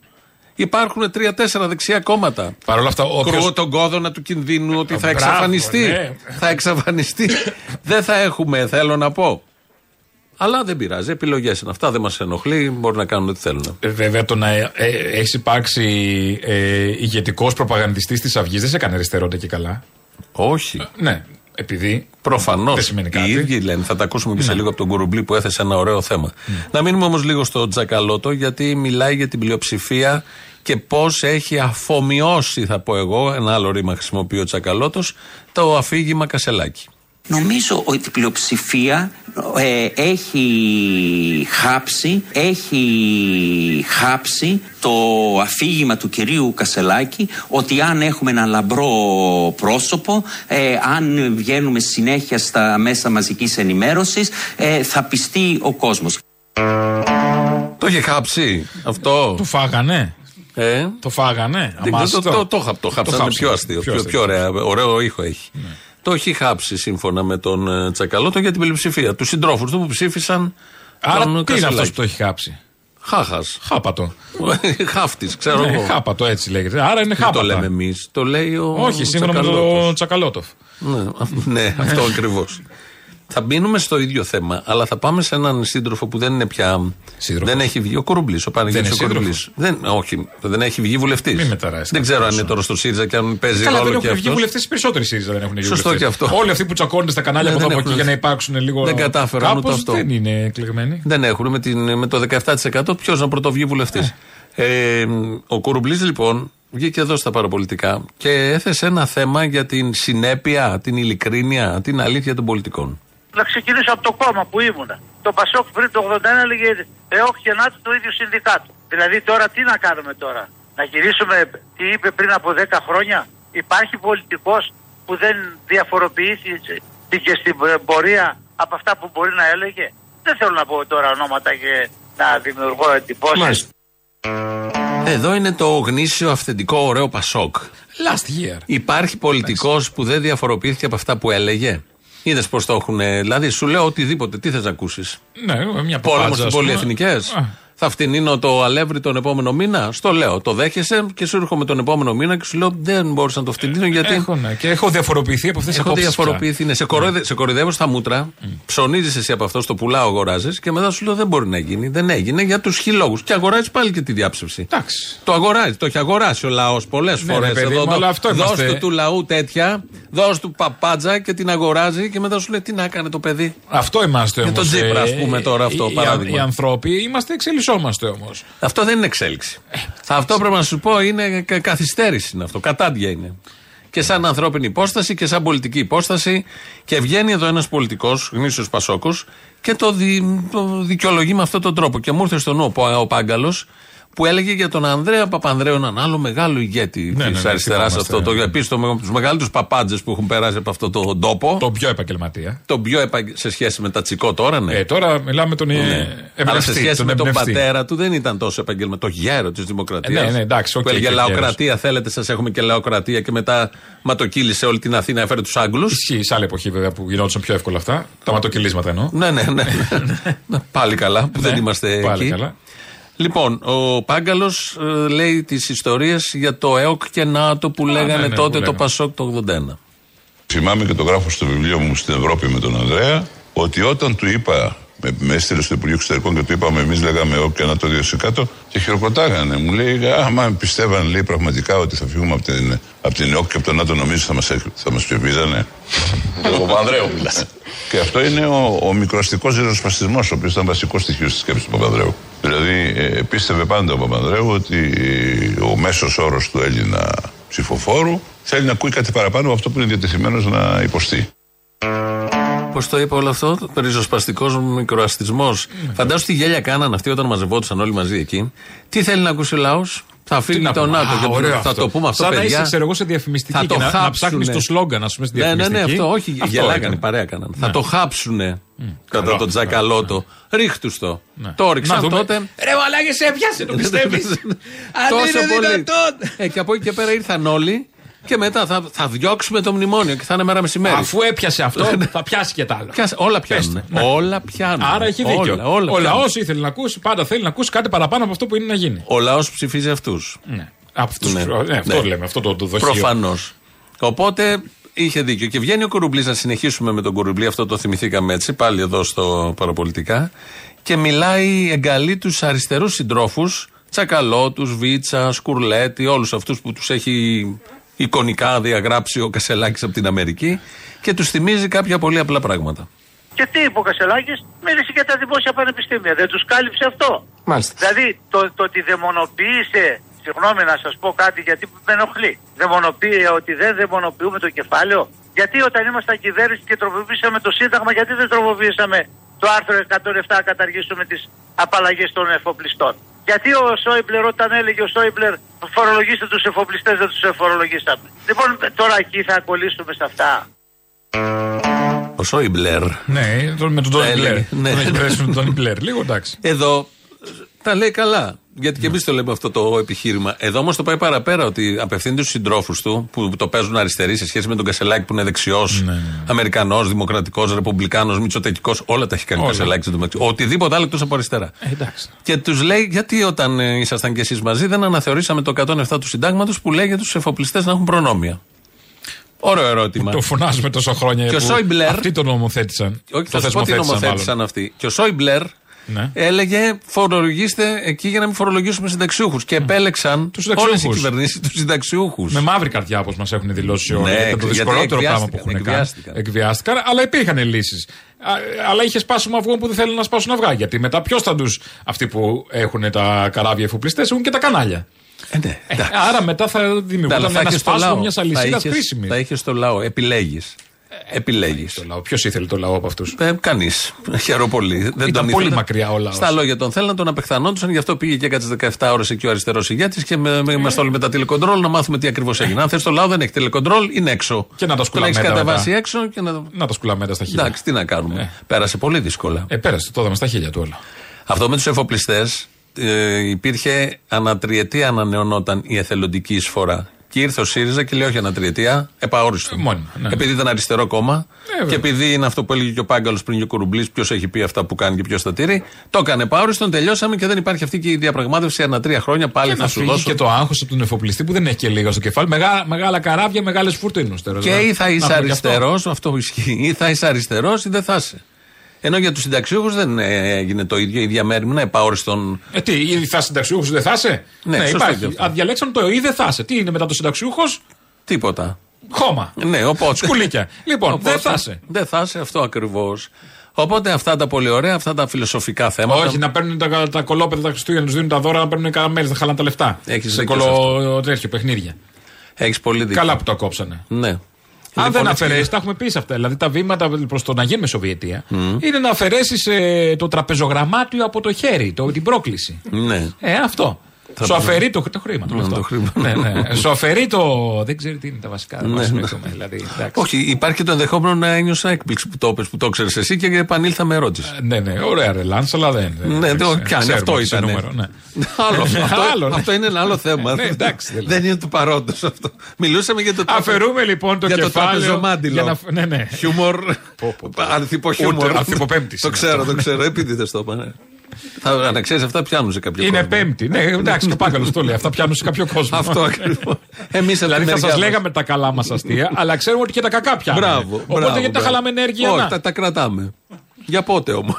S4: Υπάρχουν τρία-τέσσερα δεξιά κόμματα.
S5: Παρ' όλα αυτά, όποιος-
S4: Κρούω τον κόδωνα του κινδύνου ότι θα
S5: μπράβο,
S4: εξαφανιστεί.
S5: ναι.
S4: Θα εξαφανιστεί. δεν θα έχουμε, θέλω να πω. Αλλά δεν πειράζει. Επιλογές είναι αυτά. Δεν μας ενοχλεί. Μπορούν να κάνουν ό,τι θέλουν.
S5: Ε, Βέβαια, το να ε, ε, έχει υπάρξει ε, ηγετικός προπαγανδιστής της Αυγής δεν σε έκανε αριστερότητα και καλά.
S4: Όχι.
S5: Ναι, επειδή.
S4: Προφανώς.
S5: Δεν σημαίνει κάτι. Ναι.
S4: Οι ίδιοι λένε, θα τα ακούσουμε και σε λίγο από τον Κουρουμπλή που έθεσε ένα ωραίο θέμα. Να μείνουμε όμως λίγο στο Τζακαλώτο, γιατί μιλάει για την πλειοψηφία και πώς έχει αφομοιώσει, θα πω εγώ, ένα άλλο ρήμα χρησιμοποιεί ο Τζακαλώτος, το αφήγημα Κασελάκη.
S9: Νομίζω ότι η πλειοψηφία ε, έχει χάψει, έχει χάψει το αφήγημα του κυρίου Κασελάκη ότι αν έχουμε ένα λαμπρό πρόσωπο, ε, αν βγαίνουμε συνέχεια στα μέσα μαζικής ενημέρωσης, ε, θα πιστεί ο κόσμος.
S4: Το είχε χάψει αυτό.
S5: Το φάγανε.
S4: ε?
S5: Το φάγανε.
S4: Δεν
S5: αμάς,
S4: ξέρω, το, το, το, χα- το χάψα, είναι
S5: χάψανε.
S4: πιο αστείο, πιο, πιο ωραία, ωραίο ήχο έχει.
S5: Ναι.
S4: Το έχει χάψει σύμφωνα με τον ε, Τσακαλώτο για την πλειοψηφία. Τους συντρόφους του που ψήφισαν.
S5: Άρα
S4: τον
S5: τι είναι αυτός
S4: Κασελάκη.
S5: που το έχει χάψει.
S4: Χάχας.
S5: Χάπατο.
S4: Χάφτης, ξέρω
S5: Ναι,
S4: εγώ.
S5: χάπατο έτσι λέγεται. Άρα είναι
S4: Δεν το
S5: χάπατο.
S4: λέμε εμείς. Το λέει ο.
S5: Όχι, σύμφωνα με τον
S4: Τσακαλώτος.
S5: Τσακαλώτοφ.
S4: Ναι, α, ναι, αυτό ακριβώς. Θα μπαίνουμε στο ίδιο θέμα, αλλά θα πάμε σε έναν σύντροφο που δεν είναι πια.
S5: Σύντροφος.
S4: Δεν έχει βγει. Ο Κουρουμπλή. Ο Παναγιώτης ο
S5: Δεν είναι
S4: Κουρουμπλή. Δεν, όχι, δεν έχει βγει βουλευτής.
S5: Μην μεταράσεις
S4: Δεν ξέρω αν
S5: καθόλου.
S4: είναι τώρα στο ΣΥΡΙΖΑ και αν παίζει
S5: Καλά, δεν
S4: ρόλο και
S5: έχουν βγει
S4: αυτός.
S5: βουλευτές. Οι περισσότεροι ΣΥΡΙΖΑ δεν έχουν βγει
S4: Σωστό
S5: βουλευτές.
S4: και αυτό.
S5: Όλοι αυτοί που τσακώνονται στα κανάλια
S4: Ναι,
S5: από εδώ
S4: δεν
S5: από εκεί για
S4: έχουν.
S5: να υπάρξουν λίγο.
S4: Δεν κατάφεραν ούτε
S5: Κάπως
S4: αυτό.
S5: Δεν είναι εκλεγμένοι.
S4: Δεν έχουν. Με, την, με το 17% ποιος να πρωτοβγεί βουλευτής.
S5: Ναι.
S4: Ε, ο Κουρουμπλή λοιπόν βγήκε εδώ στα παραπολιτικά και έθεσε ένα θέμα για την συνέπεια, την ειλικρίνεια, την αλήθεια των πολιτικών.
S10: Να ξεκινήσω από το κόμμα που ήμουνα. Το Πασόκ πριν το 81 έλεγε Ε, όχι και να το ίδιο συνδικάτο. Δηλαδή τώρα τι να κάνουμε τώρα. Να γυρίσουμε τι είπε πριν από 10 χρόνια. Υπάρχει πολιτικός που δεν διαφοροποιήθηκε στην ε, πορεία από αυτά που μπορεί να έλεγε. Δεν θέλω να πω τώρα ονόματα και να δημιουργώ εντυπώσεις.
S4: Εδώ είναι το γνήσιο, αυθεντικό, ωραίο Πασόκ.
S5: Last year.
S4: Υπάρχει πολιτικός που δεν διαφοροποιήθηκε από αυτά που έλεγε. Είδες πώς το έχουν. ε, Δηλαδή, σου λέω οτιδήποτε. Τι θες να ακούσεις.
S5: Ναι, μια
S4: Πόλεμος
S5: παπάντζα,
S4: στις
S5: ας πούμε.
S4: πολυεθνικές.
S5: Α,
S4: Θα φτηνίνω το αλεύρι τον επόμενο μήνα. Στο λέω. Το δέχεσαι και σου έρχομαι τον επόμενο μήνα και σου λέω δεν μπορούσα να το φτηνίνω γιατί.
S5: Έχω, ναι, και έχω διαφοροποιηθεί από αυτές τις
S4: Έχω
S5: απόψεις.
S4: διαφοροποιηθεί. Ναι. Σε, κοροϊδε- σε κοροϊδεύω στα μούτρα, ψωνίζεις εσύ από αυτό, το πουλάω, αγοράζεις και μετά σου λέω δεν μπορεί να γίνει. Δεν έγινε για τους χιλόγου. Και αγοράζει πάλι και τη διάψευση.
S5: Εντάξει.
S4: Το αγοράζει, το έχει αγοράσει ο λαός πολλές
S5: Ναι,
S4: φορές.
S5: ρε παιδί μου, αλλά αυτό είμαστε.
S4: του λαού τέτοια, δώσ' του παπάντζα και την αγοράζει και μετά σου λέει τι να έκανε το παιδί.
S5: Αυτό είμαστε
S4: Για
S5: όμω.
S4: τον Τζίπρα, ας πούμε, τώρα αυτό,
S5: Οι,
S4: παράδειγμα.
S5: οι ανθρώποι είμαστε, εξελισσόμαστε Ε, όμως.
S4: Αυτό δεν είναι εξέλιξη. αυτό πρέπει να σου πω είναι κα- καθυστέρηση είναι αυτό. Κατάντια είναι. Και σαν ανθρώπινη υπόσταση και σαν πολιτική υπόσταση. Και βγαίνει εδώ ένας πολιτικός, γνήσιος Πασόκος, και το, δι, το δικαιολογεί με αυτόν τον τρόπο. Και μου ήρθε στο νου ο, Πα- ο Πάγκαλος που έλεγε για τον Ανδρέα Παπανδρέου, έναν άλλο μεγάλο ηγέτη
S5: Ναι,
S4: της
S5: ναι, ναι,
S4: αριστεράς,
S5: θυμόμαστε,
S4: αυτό το
S5: ναι.
S4: επίσημο από του μεγαλύτερου παπάντζες που έχουν περάσει από αυτόν τον τόπο.
S5: Το πιο επαγγελματία.
S4: τον πιο επαγγε- σε σχέση με τα τσικό τώρα, ναι.
S5: Ε, τώρα μιλάμε τον ε, εμπνευστή,
S4: Αλλά σε σχέση
S5: τον
S4: με τον
S5: εμπνευστή.
S4: πατέρα του δεν ήταν τόσο επαγγελματικό. Το γέρο της Δημοκρατίας.
S5: Ε, ναι, ναι, εντάξει, οκ,
S4: που έλεγε
S5: και
S4: Λαοκρατία, θέλετε, σας έχουμε και λαοκρατία. Και μετά ματοκύλησε όλη την Αθήνα, έφερε τους Άγγλους.
S5: Ισχύει σε άλλη εποχή βέβαια που γινόντουσαν πιο εύκολα αυτά. Τα ματοκυλίσματα εννοώ.
S4: ναι, ναι, ναι. Ναι, πάλι καλά που δεν
S5: Ναι,
S4: είμαστε
S5: πάλι
S4: εκεί.
S5: καλά.
S4: Λοιπόν, ο Πάγκαλος λέει τις ιστορίες για το ΕΟΚ και ΝΑΤΟ που λέγανε
S5: ναι, ναι,
S4: τότε
S5: που
S4: το
S5: λέγανε.
S4: Πασόκ το 81.
S11: Θυμάμαι και το γράφω στο βιβλίο μου στην Ευρώπη με τον Ανδρέα ότι όταν του είπα, με, με έστειλε στο Υπουργείο Εξωτερικών και του είπαμε εμείς λέγαμε όποια να το 2% και χειροκροτάγανε. Μου λέει, άμα πιστεύαν λέει, πραγματικά ότι θα φύγουμε από την, από την ΕΟΚ και από τον ΝΑΤΟ, νομίζω θα μας θα μας ψηφίζανε. Ο Ανδρέου μιλά. Και αυτό είναι ο, ο μικροαστικός ριζοσπαστισμός, ο οποίος ήταν βασικό στοιχείο στη σκέψη του Παπανδρέου. Δηλαδή, ε, πίστευε πάντα ο Παπανδρέου ότι ε, ο μέσος όρος του Έλληνα ψηφοφόρου θέλει να ακούει κάτι παραπάνω από αυτό που είναι διατεθειμένος να υποστεί.
S4: Πώ το είπα όλο αυτό, ριζοσπαστικός μικροαστισμός. Φαντάζομαι τι γέλια κάναν αυτοί όταν μαζευόντουσαν όλοι μαζί εκεί. Τι θέλει να ακούσει ο λαός, θα φύγει
S5: να
S4: το
S5: πούμε.
S4: ΝΑΤΟ.
S5: Α,
S4: και το-
S5: ωραίο
S4: θα
S5: αυτό.
S4: το πούμε αυτό,
S5: Σαν να
S4: παιδιά.
S5: είσαι, ξέρω εγώ, σε διαφημιστική
S4: Θα
S5: και
S4: το
S5: να- να
S4: χάψουνε.
S5: ψάχνεις το σλόγγαν, ας πούμε, στη
S4: Ναι, ναι, ναι,
S5: διαφημιστική.
S4: αυτό. Όχι,
S5: Αυτό
S4: γελάγανε,
S5: έκανε.
S4: παρέα κάνανε.
S5: Ναι.
S4: Θα το χάψουνε κατά
S5: Καλό. Ναι,
S4: τον τζακαλώτο. Ρίχτους το. Το
S5: Να
S4: έριξαν
S5: δούμε. Ε,
S4: τότε.
S2: Ρε μαλάκες, σε έπιασε, το πιστεύεις. Αν
S4: Τόσο
S2: είναι
S4: πολύ.
S2: δυνατόν.
S4: Ε, και από εκεί και πέρα ήρθαν όλοι και μετά θα, θα διώξουμε το μνημόνιο και θα είναι μέρα μεσημέρι. Ναι,
S5: Αφού έπιασε αυτό, θα πιάσει και τα άλλα.
S4: Πιάσε- όλα πιάνουν.
S5: Πες το.
S4: Όλα πιάνουν.
S5: Άρα έχει δίκιο.
S4: Όλα, όλα
S5: ο
S4: πιάνουν.
S5: λαός ήθελε να ακούσει, πάντα θέλει να ακούσει κάτι παραπάνω από αυτό που είναι να γίνει.
S4: Ο λαός ψηφίζει αυτούς.
S5: Ναι. Αυτούς, ναι. αυτό λέμε, αυτό το, το δοχείο.
S4: Προφανώς. Οπότε είχε δίκιο. Και βγαίνει ο Κουρουμπλή, να συνεχίσουμε με τον Κουρουμπλή, αυτό το θυμηθήκαμε έτσι, πάλι εδώ στο Παραπολιτικά. Και μιλάει, εγκαλεί τους αριστερούς συντρόφους, Τσακαλώτους, Βίτσα, Σκουρλέτη, όλους αυτούς που τους έχει εικονικά διαγράψει ο Κασελάκης από την Αμερική και τους θυμίζει κάποια πολύ απλά πράγματα.
S10: Και τι είπε ο Κασελάκης, μίλησε για τα δημόσια πανεπιστήμια. Δεν τους κάλυψε αυτό.
S4: Μάλιστα.
S10: Δηλαδή το, το ότι δαιμονοποίησε. Συγγνώμη να σας πω κάτι γιατί με ενοχλεί. Δαιμονοποίησε ότι δεν δαιμονοποιούμε το κεφάλαιο. Γιατί όταν ήμασταν κυβέρνηση και τροποποιήσαμε το Σύνταγμα, γιατί δεν τροποποιήσαμε το άρθρο 107 καταργήσουμε τις απαλλαγές των εφοπλιστών. Γιατί ο Σόιμπλερ, όταν έλεγε ο Σόιμπλερ, φορολογήστε τους εφοπλιστές, δεν τους φορολογήσαμε. Λοιπόν, τώρα εκεί θα κολλήσουμε σε αυτά.
S4: Ο Σόιμπλερ.
S5: Ναι, τον- με τον
S4: Τα
S5: Τόνι
S4: έλεγε,
S5: Μπλερ.
S4: ναι.
S5: Τον εκπρέσουν τον Τόνι Μπλερ. Λίγο εντάξει.
S4: Εδώ ε, τα λέει καλά. Γιατί και εμείς το λέμε αυτό το επιχείρημα. Εδώ όμως το πάει παραπέρα ότι απευθύνεται στους συντρόφους του που το παίζουν αριστεροί σε σχέση με τον Κασελάκη που είναι δεξιός,
S5: Ναι,
S4: Αμερικανός, Δημοκρατικός, Ρεπουμπλικάνος, Μητσοτεκικός. Όλα τα έχει κάνει ο
S5: Όλα.
S4: Κασελάκης. εν τω μεταξύ. Οτιδήποτε άλλο εκτός από αριστερά.
S5: Ε, εντάξει.
S4: Και τους λέει, γιατί όταν ε, ήσασταν κι εσείς μαζί δεν αναθεωρήσαμε το 107 του συντάγματος που λέει για τους εφοπλιστές να έχουν προνόμια. Ωραίο ερώτημα.
S5: Το φωνάζουμε τόσο χρόνια.
S4: Και ο
S5: που
S4: Σόιμπλερ-
S5: Αυτοί τον νομοθέτησαν.
S4: Όχι,
S5: Το
S4: θα σας πω τι
S5: θεσμοθέτησαν
S4: νομοθέτησαν
S5: μάλλον.
S4: αυτοί. Και ο Σόιμπλερ
S5: Ναι.
S4: έλεγε φορολογήστε εκεί για να μην φορολογήσουμε συνταξιούχους. Και επέλεξαν όλες οι
S5: συνταξιούχους.
S4: κυβερνήσεις τους συνταξιούχους.
S5: Με μαύρη καρδιά, όπως μας έχουν δηλώσει όλοι.
S4: Ναι,
S5: ήταν το
S4: γιατί
S5: δυσκολότερο πράγμα που
S4: εκβιάστηκαν,
S5: έχουν κάνει.
S4: εκβιάστηκαν.
S5: Εκβιάστηκαν, αλλά υπήρχαν λύσεις. Αλλά είχε σπάσιμο αυγό που δεν θέλουν να σπάσουν αυγά. Γιατί μετά ποιος θα τους. Αυτοί που έχουν τα καράβια εφοπλιστές έχουν και τα κανάλια.
S4: ναι,
S5: Ε, άρα μετά θα δημιουργούνταν ένα σπάσιμο μιας αλυσίδας κρίσιμη.
S4: Θα είχες το λαό. Επιλέγεις. Επιλέγεις.
S5: Ποιος ήθελε Ε, το λαό από αυτούς.
S4: Ε, Κανείς. Χαίρομαι πολύ. Δεν τον
S5: Ήταν
S4: ήθελαν.
S5: πολύ μακριά ο λαός.
S4: Στα λόγια τον θέλαν, τον απεχθανόντουσαν, γι' αυτό πήγε και έκατσε 17 ώρες εκεί ο αριστερός ηγέτης και με,
S5: Ε.
S4: με, είμαστε όλοι με τα τηλεκοντρόλ να μάθουμε τι ακριβώς έγινε. Αν θες το λαό δεν έχει τηλεκοντρόλ, είναι έξω.
S5: Και να τα
S4: Τον έχεις
S5: σκουλαμέτα.
S4: κατεβάσει
S5: μετά.
S4: έξω και να.
S5: Να τα σκουλαμέτα στα χείλια.
S4: Εντάξει, τι να κάνουμε. Πέρασε πολύ δύσκολα.
S5: Ε, πέρασε, το είδαμε στα χέρια του όλα.
S4: Αυτό με τους εφοπλιστές ε, υπήρχε ανατριετία ανανεωνόταν η εθελοντική εισφορά. Και ήρθε ο ΣΥΡΙΖΑ και λέει: Όχι ανατριετία,
S5: Ε,
S4: επαόριστο.
S5: ναι.
S4: Επειδή ήταν αριστερό κόμμα και επειδή είναι αυτό που έλεγε και ο Πάγκαλος πριν και ο Κουρουμπλής, ποιος έχει πει αυτά που κάνει και ποιος τα τήρει, το έκανε επαόριστον, τελειώσαμε και δεν υπάρχει αυτή και η διαπραγμάτευση ανά τρία χρόνια πάλι
S5: Και
S4: θα
S5: να
S4: σου
S5: Ε, φύγει
S4: δώσω.
S5: και το άγχος από τον εφοπλιστή που δεν έχει και λίγα στο κεφάλι. Μεγάλα, μεγάλα καράβια, μεγάλες φουρτίνε.
S4: Και ή θα είσαι αριστερός, αυτό ισχύει, ή θα είσαι αριστερός ή δεν θα είσαι. Ενώ για τους συνταξιούχους δεν ε, έγινε το ίδιο, η διαμέριμνα επαόριστον.
S5: Ε, τι, ή θα συνταξιούχο, δεν θα είσαι.
S4: Ναι, σωστό και
S5: υπάρχει.
S4: αυτό.
S5: Αν διαλέξαν το ή δεν θα είσαι. Τι είναι μετά το συνταξιούχος,
S4: Τίποτα.
S5: χώμα.
S4: Ναι, οπότε.
S5: Σκουλίκια. Λοιπόν,
S4: Οπότε,
S5: δεν θα είσαι.
S4: Δεν θα είσαι, αυτό ακριβώς. Οπότε αυτά τα πολύ ωραία, αυτά τα φιλοσοφικά θέματα.
S5: Όχι, να παίρνουν τα, τα κολόπεδα τα Χριστούγεννα, να τους δίνουν τα δώρα, να παίρνουν καραμέλες, να χαλάνε τα λεφτά.
S4: Έχεις
S5: σε
S4: δίκιο σε
S5: κολο... τέτοιο παιχνίδια.
S4: Έχεις πολύ δίκιο.
S5: Καλά που το κόψανε.
S4: Ναι.
S5: Αν
S4: Λοιπόν,
S5: δεν
S4: έτσι
S5: αφαιρέσει, τα έχουμε πει σε αυτά. Δηλαδή τα βήματα προς το να γίνουμε Σοβιετία είναι να αφαιρέσεις το τραπεζογραμμάτιο από το χέρι, το, την πρόκληση.
S4: Ναι.
S5: Ε, αυτό.
S4: Τραπεζο-
S5: Σου αφαιρεί το, το χρήμα. το λεφτό.
S4: το χρήμα.
S5: ναι, ναι. Σου αφαιρεί το. Δεν ξέρει τι είναι τα βασικά. δεν
S4: Ναι,
S5: μας
S4: ναι.
S5: έχουμε, δηλαδή, εντάξει.
S4: Όχι, υπάρχει και το ενδεχόμενο να ένιωσα έκπληξη που το είπες, που το ξέρεις εσύ και επανήλθα με ερώτηση.
S5: Ναι, ναι, ωραία ρε Λάνς, αλλά δεν. ε, δεν-
S4: Ναι, δεν
S5: ξέρουμε,
S4: πιάνει. Αυτό
S5: ξέρουμε
S4: ήταν.
S5: το νούμερο, ναι.
S4: Άλλο,
S5: Άλλο,
S4: αυτό,
S5: ναι.
S4: αυτό είναι ένα άλλο θέμα.
S5: Ναι, εντάξει, δηλαδή.
S4: δεν είναι του παρόντος αυτό. Μιλούσαμε για το τραπε-
S5: Αφαιρούμε λοιπόν το
S4: για
S5: κεφάλαιο,
S4: Το τραπεζομάντιλο.
S5: για να φ- ναι, ναι.
S4: Χιούμορ. Ανθυπο χιούμορ.
S5: Ούτε ανθυποπέμπτης
S4: Το
S5: είναι
S4: ξέρω,
S5: ναι, αυτό.
S4: το ξέρω. Επειδή δεν στο είπα. ναι. Θα να ξέρει, αυτά πιάνουν σε κάποιο
S5: Είναι
S4: κόσμο.
S5: πέμπτη. Ναι, εντάξει, το πάγκαλο το λέει. Αυτά πιάνουν σε κάποιο κόσμο.
S4: Αυτό ακριβώς. Εμείς
S5: Δηλαδή θα σας λέγαμε τα καλά μας αστεία, Ε, αλλά ξέρουμε ότι και τα κακά πιάνουν.
S4: Μπράβο.
S5: Οπότε
S4: μπράβο,
S5: γιατί τα
S4: μπράβο.
S5: χαλάμε ενέργεια.
S4: Όχι,
S5: να.
S4: τα, τα κρατάμε. Για πότε όμως.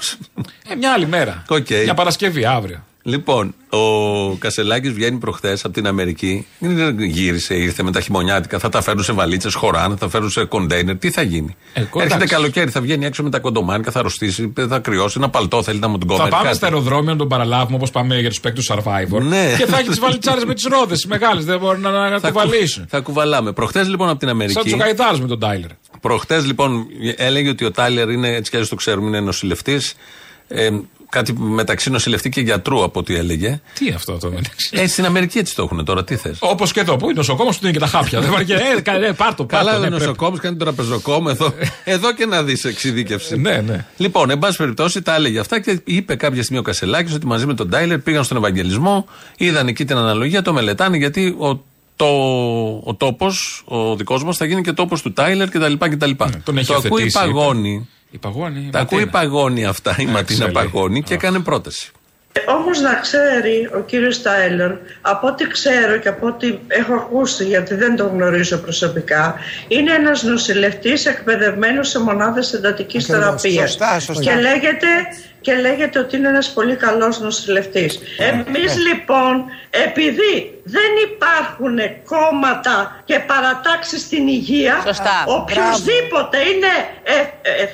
S5: Ε, μια άλλη μέρα.
S4: Οκ.
S5: Για Παρασκευή, αύριο.
S4: Λοιπόν, ο Κασελάκης βγαίνει προχθές από την Αμερική. Δεν Γύρισε, ήρθε με τα χειμωνιάτικα. Θα τα φέρουν σε βαλίτσες, χωράνε, θα φέρουν σε κοντέινερ. Τι θα γίνει.
S5: Ε, εντάξει.
S4: Έρχεται καλοκαίρι, θα βγαίνει έξω με τα κοντομάνικα, θα αρρωστήσει, θα κρυώσει. Ένα παλτό θέλει να μου τον κόβει.
S5: Θα πάμε στα αεροδρόμια να τον παραλάβουμε όπως πάμε για τους παίκτες του Survivor.
S4: Ναι.
S5: Και θα έχει τις βαλιτσάρες με τις ρόδες, οι μεγάλες. Δεν μπορεί να, να
S4: θα,
S5: κουβαλήσουν.
S4: θα κουβαλάμε. Προχθές λοιπόν από την Αμερική.
S5: Σαν τους γαϊδάρου με τον Τάιλερ.
S4: Προχτέ λοιπόν έλεγε ότι ο Τάλερ είναι, έτσι κι αλλιώς το ξέρουμε, είναι νοσηλευτής. Ε, κάτι μεταξύ νοσηλευτή και γιατρού από ό,τι έλεγε.
S5: Τι αυτό το μεταξύ.
S4: Ε, στην Αμερική έτσι το έχουν τώρα, τι θες.
S5: Όπως και εδώ, που είναι νοσοκόμος που δίνει και τα χάπια. Δεν βαριέ. Ε, καλέ, πάρ' το, πάρ'
S4: Καλά,
S5: το, ναι,
S4: ο
S5: πρέπει.
S4: νοσοκόμος κάνει τον τραπεζοκόμο εδώ. εδώ και να δεις εξειδίκευση.
S5: Ναι, ναι.
S4: Λοιπόν, εν πάση περιπτώσει τα έλεγε αυτά και είπε κάποια στιγμή ο Κασελάκης ότι μαζί με τον Τάιλερ πήγαν στον Ευαγγελισμό, είδαν εκεί την αναλογία, το μελετάνε γιατί ο, το, ο τόπος, ο δικός μας, θα γίνει και τόπος του Τάιλερ κτλ. κτλ.
S5: Ναι, Τον έχει
S4: το ακούει
S5: υιοθετήσει,
S4: παγώνει.
S5: Η Ε, παγώνη.
S4: Τα ακούει παγώνει αυτά η Ματίνα
S5: λέει.
S4: Παγώνη και έκανε πρόταση.
S12: Ε, Όμως να ξέρει ο κύριος Τάιλερ, από ό,τι ξέρω και από ό,τι έχω ακούσει γιατί δεν τον γνωρίζω προσωπικά, είναι ένας νοσηλευτής εκπαιδευμένος σε μονάδες εντατικής
S13: Ακριβώς.
S12: θεραπείας.
S13: Σωστά, σωστά.
S12: Και λέγεται, και λέγεται ότι είναι ένας πολύ καλός νοσηλευτής.
S13: Ε,
S12: Εμείς
S13: ναι.
S12: λοιπόν, επειδή δεν υπάρχουν κόμματα και παρατάξεις στην υγεία,
S14: Σωστά.
S12: οποιοδήποτε είναι, ε, ε,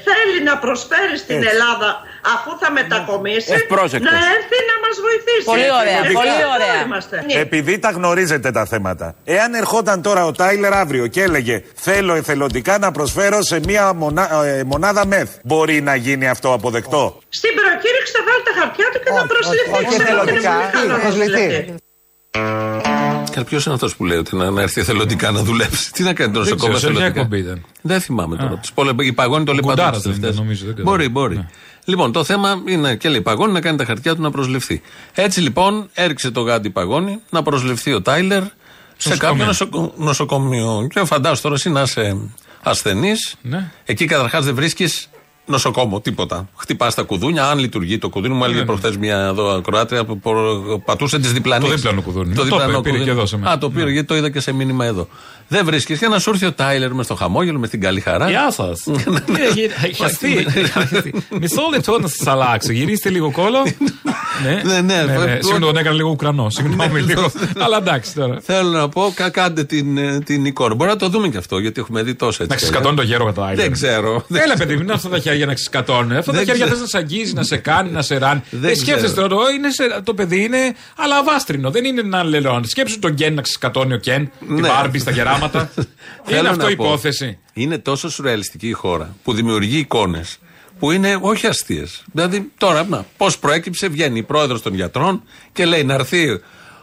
S12: θέλει να προσφέρει στην
S14: Έτσι.
S12: Ελλάδα αφού θα μετακομίσει,
S15: Ευπρόσεκτος.
S12: να έρθει να μας βοηθήσει.
S14: Πολύ ωραία,
S12: Εμείς
S14: πολύ
S12: εδώ
S14: ωραία. Ναι.
S12: είμαστε.
S15: Επειδή τα γνωρίζετε τα θέματα, εάν ερχόταν τώρα ο Τάιλερ αύριο και έλεγε Θέλω εθελοντικά να προσφέρω σε μία μονα- ε, μονάδα μεθ, μπορεί να γίνει αυτό αποδεκτό.
S12: Στην προκήρυξη θα βάλει τα χαρτιά του και θα προσληφθεί.
S13: όχι
S12: Ξέρω ότι είναι
S13: εθελοντικά,
S12: πολύ καλός
S13: θα προσληφθεί.
S12: νοσηλευτής.
S4: Και ποιος είναι αυτός που λέει ότι να, να έρθει εθελοντικά να δουλέψει. Τι να κάνει το
S5: Δεν
S4: νοσοκόμα
S5: ξέρω, σε ποια
S4: εθελοντικά.
S5: εκπομπή ήταν.
S4: Δεν θυμάμαι
S5: Α.
S4: τώρα. Τις πολλα... Η Παγώνη το λέει παντού
S5: Κουντάρας
S4: τις
S5: δεν ήταν,
S4: τελευταίες.
S5: νομίζω, δεν κατάλαβα.
S4: Μπορεί, μπορεί. Λοιπόν, το θέμα είναι και λέει η Παγώνη να κάνει τα χαρτιά του να προσληφθεί. Έτσι λοιπόν έριξε το γάντι η Παγώνη να προσληφθεί ο Τάιλερ σε κάποιο νοσοκο- νοσοκομείο. Και φαντάζομαι τώρα εσύ να είσαι ασθενής.
S5: Ναι.
S4: Εκεί καταρχάς δεν βρίσκεις νοσοκόμο, τίποτα. Χτυπάς τα κουδούνια, αν λειτουργεί το κουδούνι. Μου έλεγε
S5: Ναι, ναι.
S4: προχθές μια εδώ ακροάτρια που προ- πατούσε τις διπλανές.
S5: Το δίπλανο κουδούνι. Το πήρε, πήρε και εδώ σε μένα. Ναι.
S4: Α, το πήρε, γιατί το είδα και σε μήνυμα εδώ. Δεν βρίσκεις. Και να σου έρθει ο Τάιλερ μες στο χαμόγελο, μες την καλή χαρά. Ναι.
S5: Γεια σας. Χαστεί. ναι, Μισό λεπτό να σας αλλάξω. Γυρίστε λίγο κόλλο. Ναι, ναι,
S4: Ε,
S5: ναι. Συγγνώμη, τον έκανα λίγο Ουκρανό.
S4: Ναι,
S5: Συγγνώμη λίγο. Αλλά εντάξει τώρα.
S4: Θέλω να πω, κα- κάντε την, ε, την εικόνα. Μπορεί να το δούμε και αυτό, γιατί έχουμε δει τόσα έτσι.
S5: Να ξεσκατώνει το γέρο κατά
S4: Δεν ξέρω.
S5: Έλα, παιδί, μην είναι αυτά τα χέρια να ξεσκατώνουν. Αυτά τα
S4: Δεν
S5: χέρια
S4: ξέρω.
S5: θες να σε αγγίζεις, να σε κάνει, να σε ράνει. Δεν σκέφτεσαι
S4: ξέρω.
S5: Ε, τώρα, «Ω, είναι σε- το παιδί είναι αλαβάστρινο. Δεν είναι ένα λελόν. Σκέψου τον Γκέν να ξεσκατώνει ο Κέν, την
S4: Ναι.
S5: Μπάρμπι στα γεράματα.
S4: Θέλω
S5: Είναι αυτό
S4: να
S5: η
S4: πω,
S5: υπόθεση.
S4: Είναι τόσο σουρεαλιστική η χώρα που δημιουργεί εικόνες που είναι όχι αστείες. Δηλαδή, τώρα να, πώς προέκυψε, βγαίνει η πρόεδρος των γιατρών και λέει να έρθει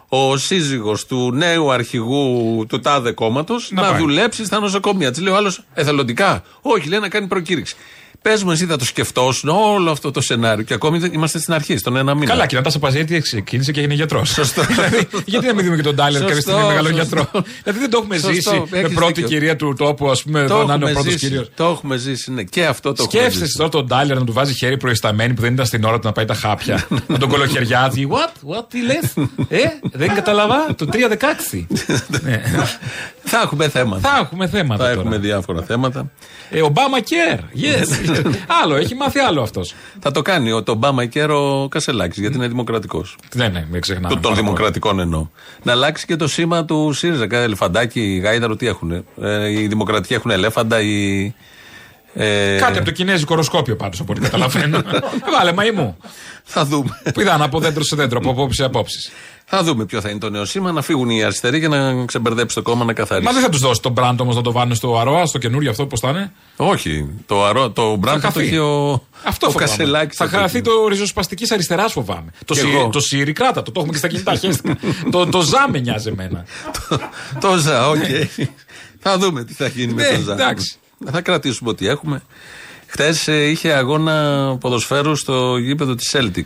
S4: ο σύζυγος του νέου αρχηγού του τάδε κόμματος
S5: Να
S4: να,
S5: πάει.
S4: δουλέψει στα νοσοκομεία. Της λέει ο άλλος εθελοντικά. Όχι, λέει να κάνει προκήρυξη. Πες μου, εσύ θα το σκεφτόσουν όλο αυτό το σενάριο και ακόμη δεν- είμαστε στην αρχή, στον ένα μήνα.
S5: Καλά, και να τα σαπαζέτη ξεκίνησε και έγινε γιατρός. Σωστό. δηλαδή, γιατί να μην δούμε και τον Τάιλερ κάποια
S4: Σωστό,
S5: στιγμή μεγάλο
S4: σωστό.
S5: γιατρό. δηλαδή δεν το έχουμε
S4: Σωστό,
S5: ζήσει με
S4: έχεις
S5: πρώτη
S4: δίκιο.
S5: κυρία του τόπου, ας πούμε,
S4: το,
S5: εδώ να είναι ο
S4: έχουμε
S5: πρώτος
S4: ζήσει,
S5: κύριος.
S4: το έχουμε ζήσει, ναι. Και αυτό το έχουμε ζήσει.
S5: Σκέφτεσαι τώρα τον Τάιλερ να του βάζει χέρι προϊσταμένη που δεν ήταν στην ώρα του να πάει τα χάπια. να τον κολοχεριάζει. What, what, τι λες. ε, δεν καταλαβα. Το 3-16.
S4: Ναι. Θα έχουμε θέματα.
S5: Θα έχουμε θέματα
S4: Θα
S5: τώρα.
S4: έχουμε διάφορα θέματα. Ναι.
S5: Ε, Obama Care. Yes. άλλο, έχει μάθει άλλο αυτός.
S4: Θα το κάνει ο Τομπάμα και ο Κασελάκης, γιατί είναι δημοκρατικός.
S5: Ναι, ναι, μην ξεχνάμε.
S4: Των δημοκρατικών εννοώ. Να αλλάξει και το σήμα του ΣΥΡΙΖΑ. Κάθε ελεφαντάκι, γάιδαρο, τι έχουν. Ε, οι δημοκρατικοί έχουν ελέφαντα, οι. Ε,
S5: Κάτι από το κινέζικο οροσκόπιο πάντως, από ό,τι καταλαβαίνω. Βάλε μαϊμού.
S4: Θα δούμε.
S5: Πηδάνε από δέντρο σε δέντρο, από απόψη σε απόψη.
S4: Θα δούμε ποιο θα είναι το νέο σήμα, να φύγουν οι αριστεροί για να ξεμπερδέψει το κόμμα να καθαρίσει.
S5: Μα δεν θα τους δώσει τον brand όμως να το βάλουν στο αρώα, στο καινούριο αυτό, πώς θα είναι.
S4: Όχι, το, αρώ, το μπραντ
S5: χαθεί.
S4: το έχει ο,
S5: Αυτό
S4: ο
S5: φοβάμαι.
S4: Κασελάκης
S5: Θα
S4: το έχει.
S5: χαθεί το ριζοσπαστικής αριστεράς, φοβάμαι. Το,
S4: Κι
S5: σι,
S4: εγώ.
S5: το σιρι κράτα, το, το έχουμε και στα κινητά. χαίστηκα. το, το ζά με νοιάζει εμένα.
S4: Το ΖΑ, οκ. θα δούμε τι θα γίνει με
S5: Ναι,
S4: το ΖΑ.
S5: εντάξει.
S4: Θα κρατήσουμε ό,τι έχουμε. Χθες είχε αγώνα ποδοσφαίρου στο γήπεδο της Celtic.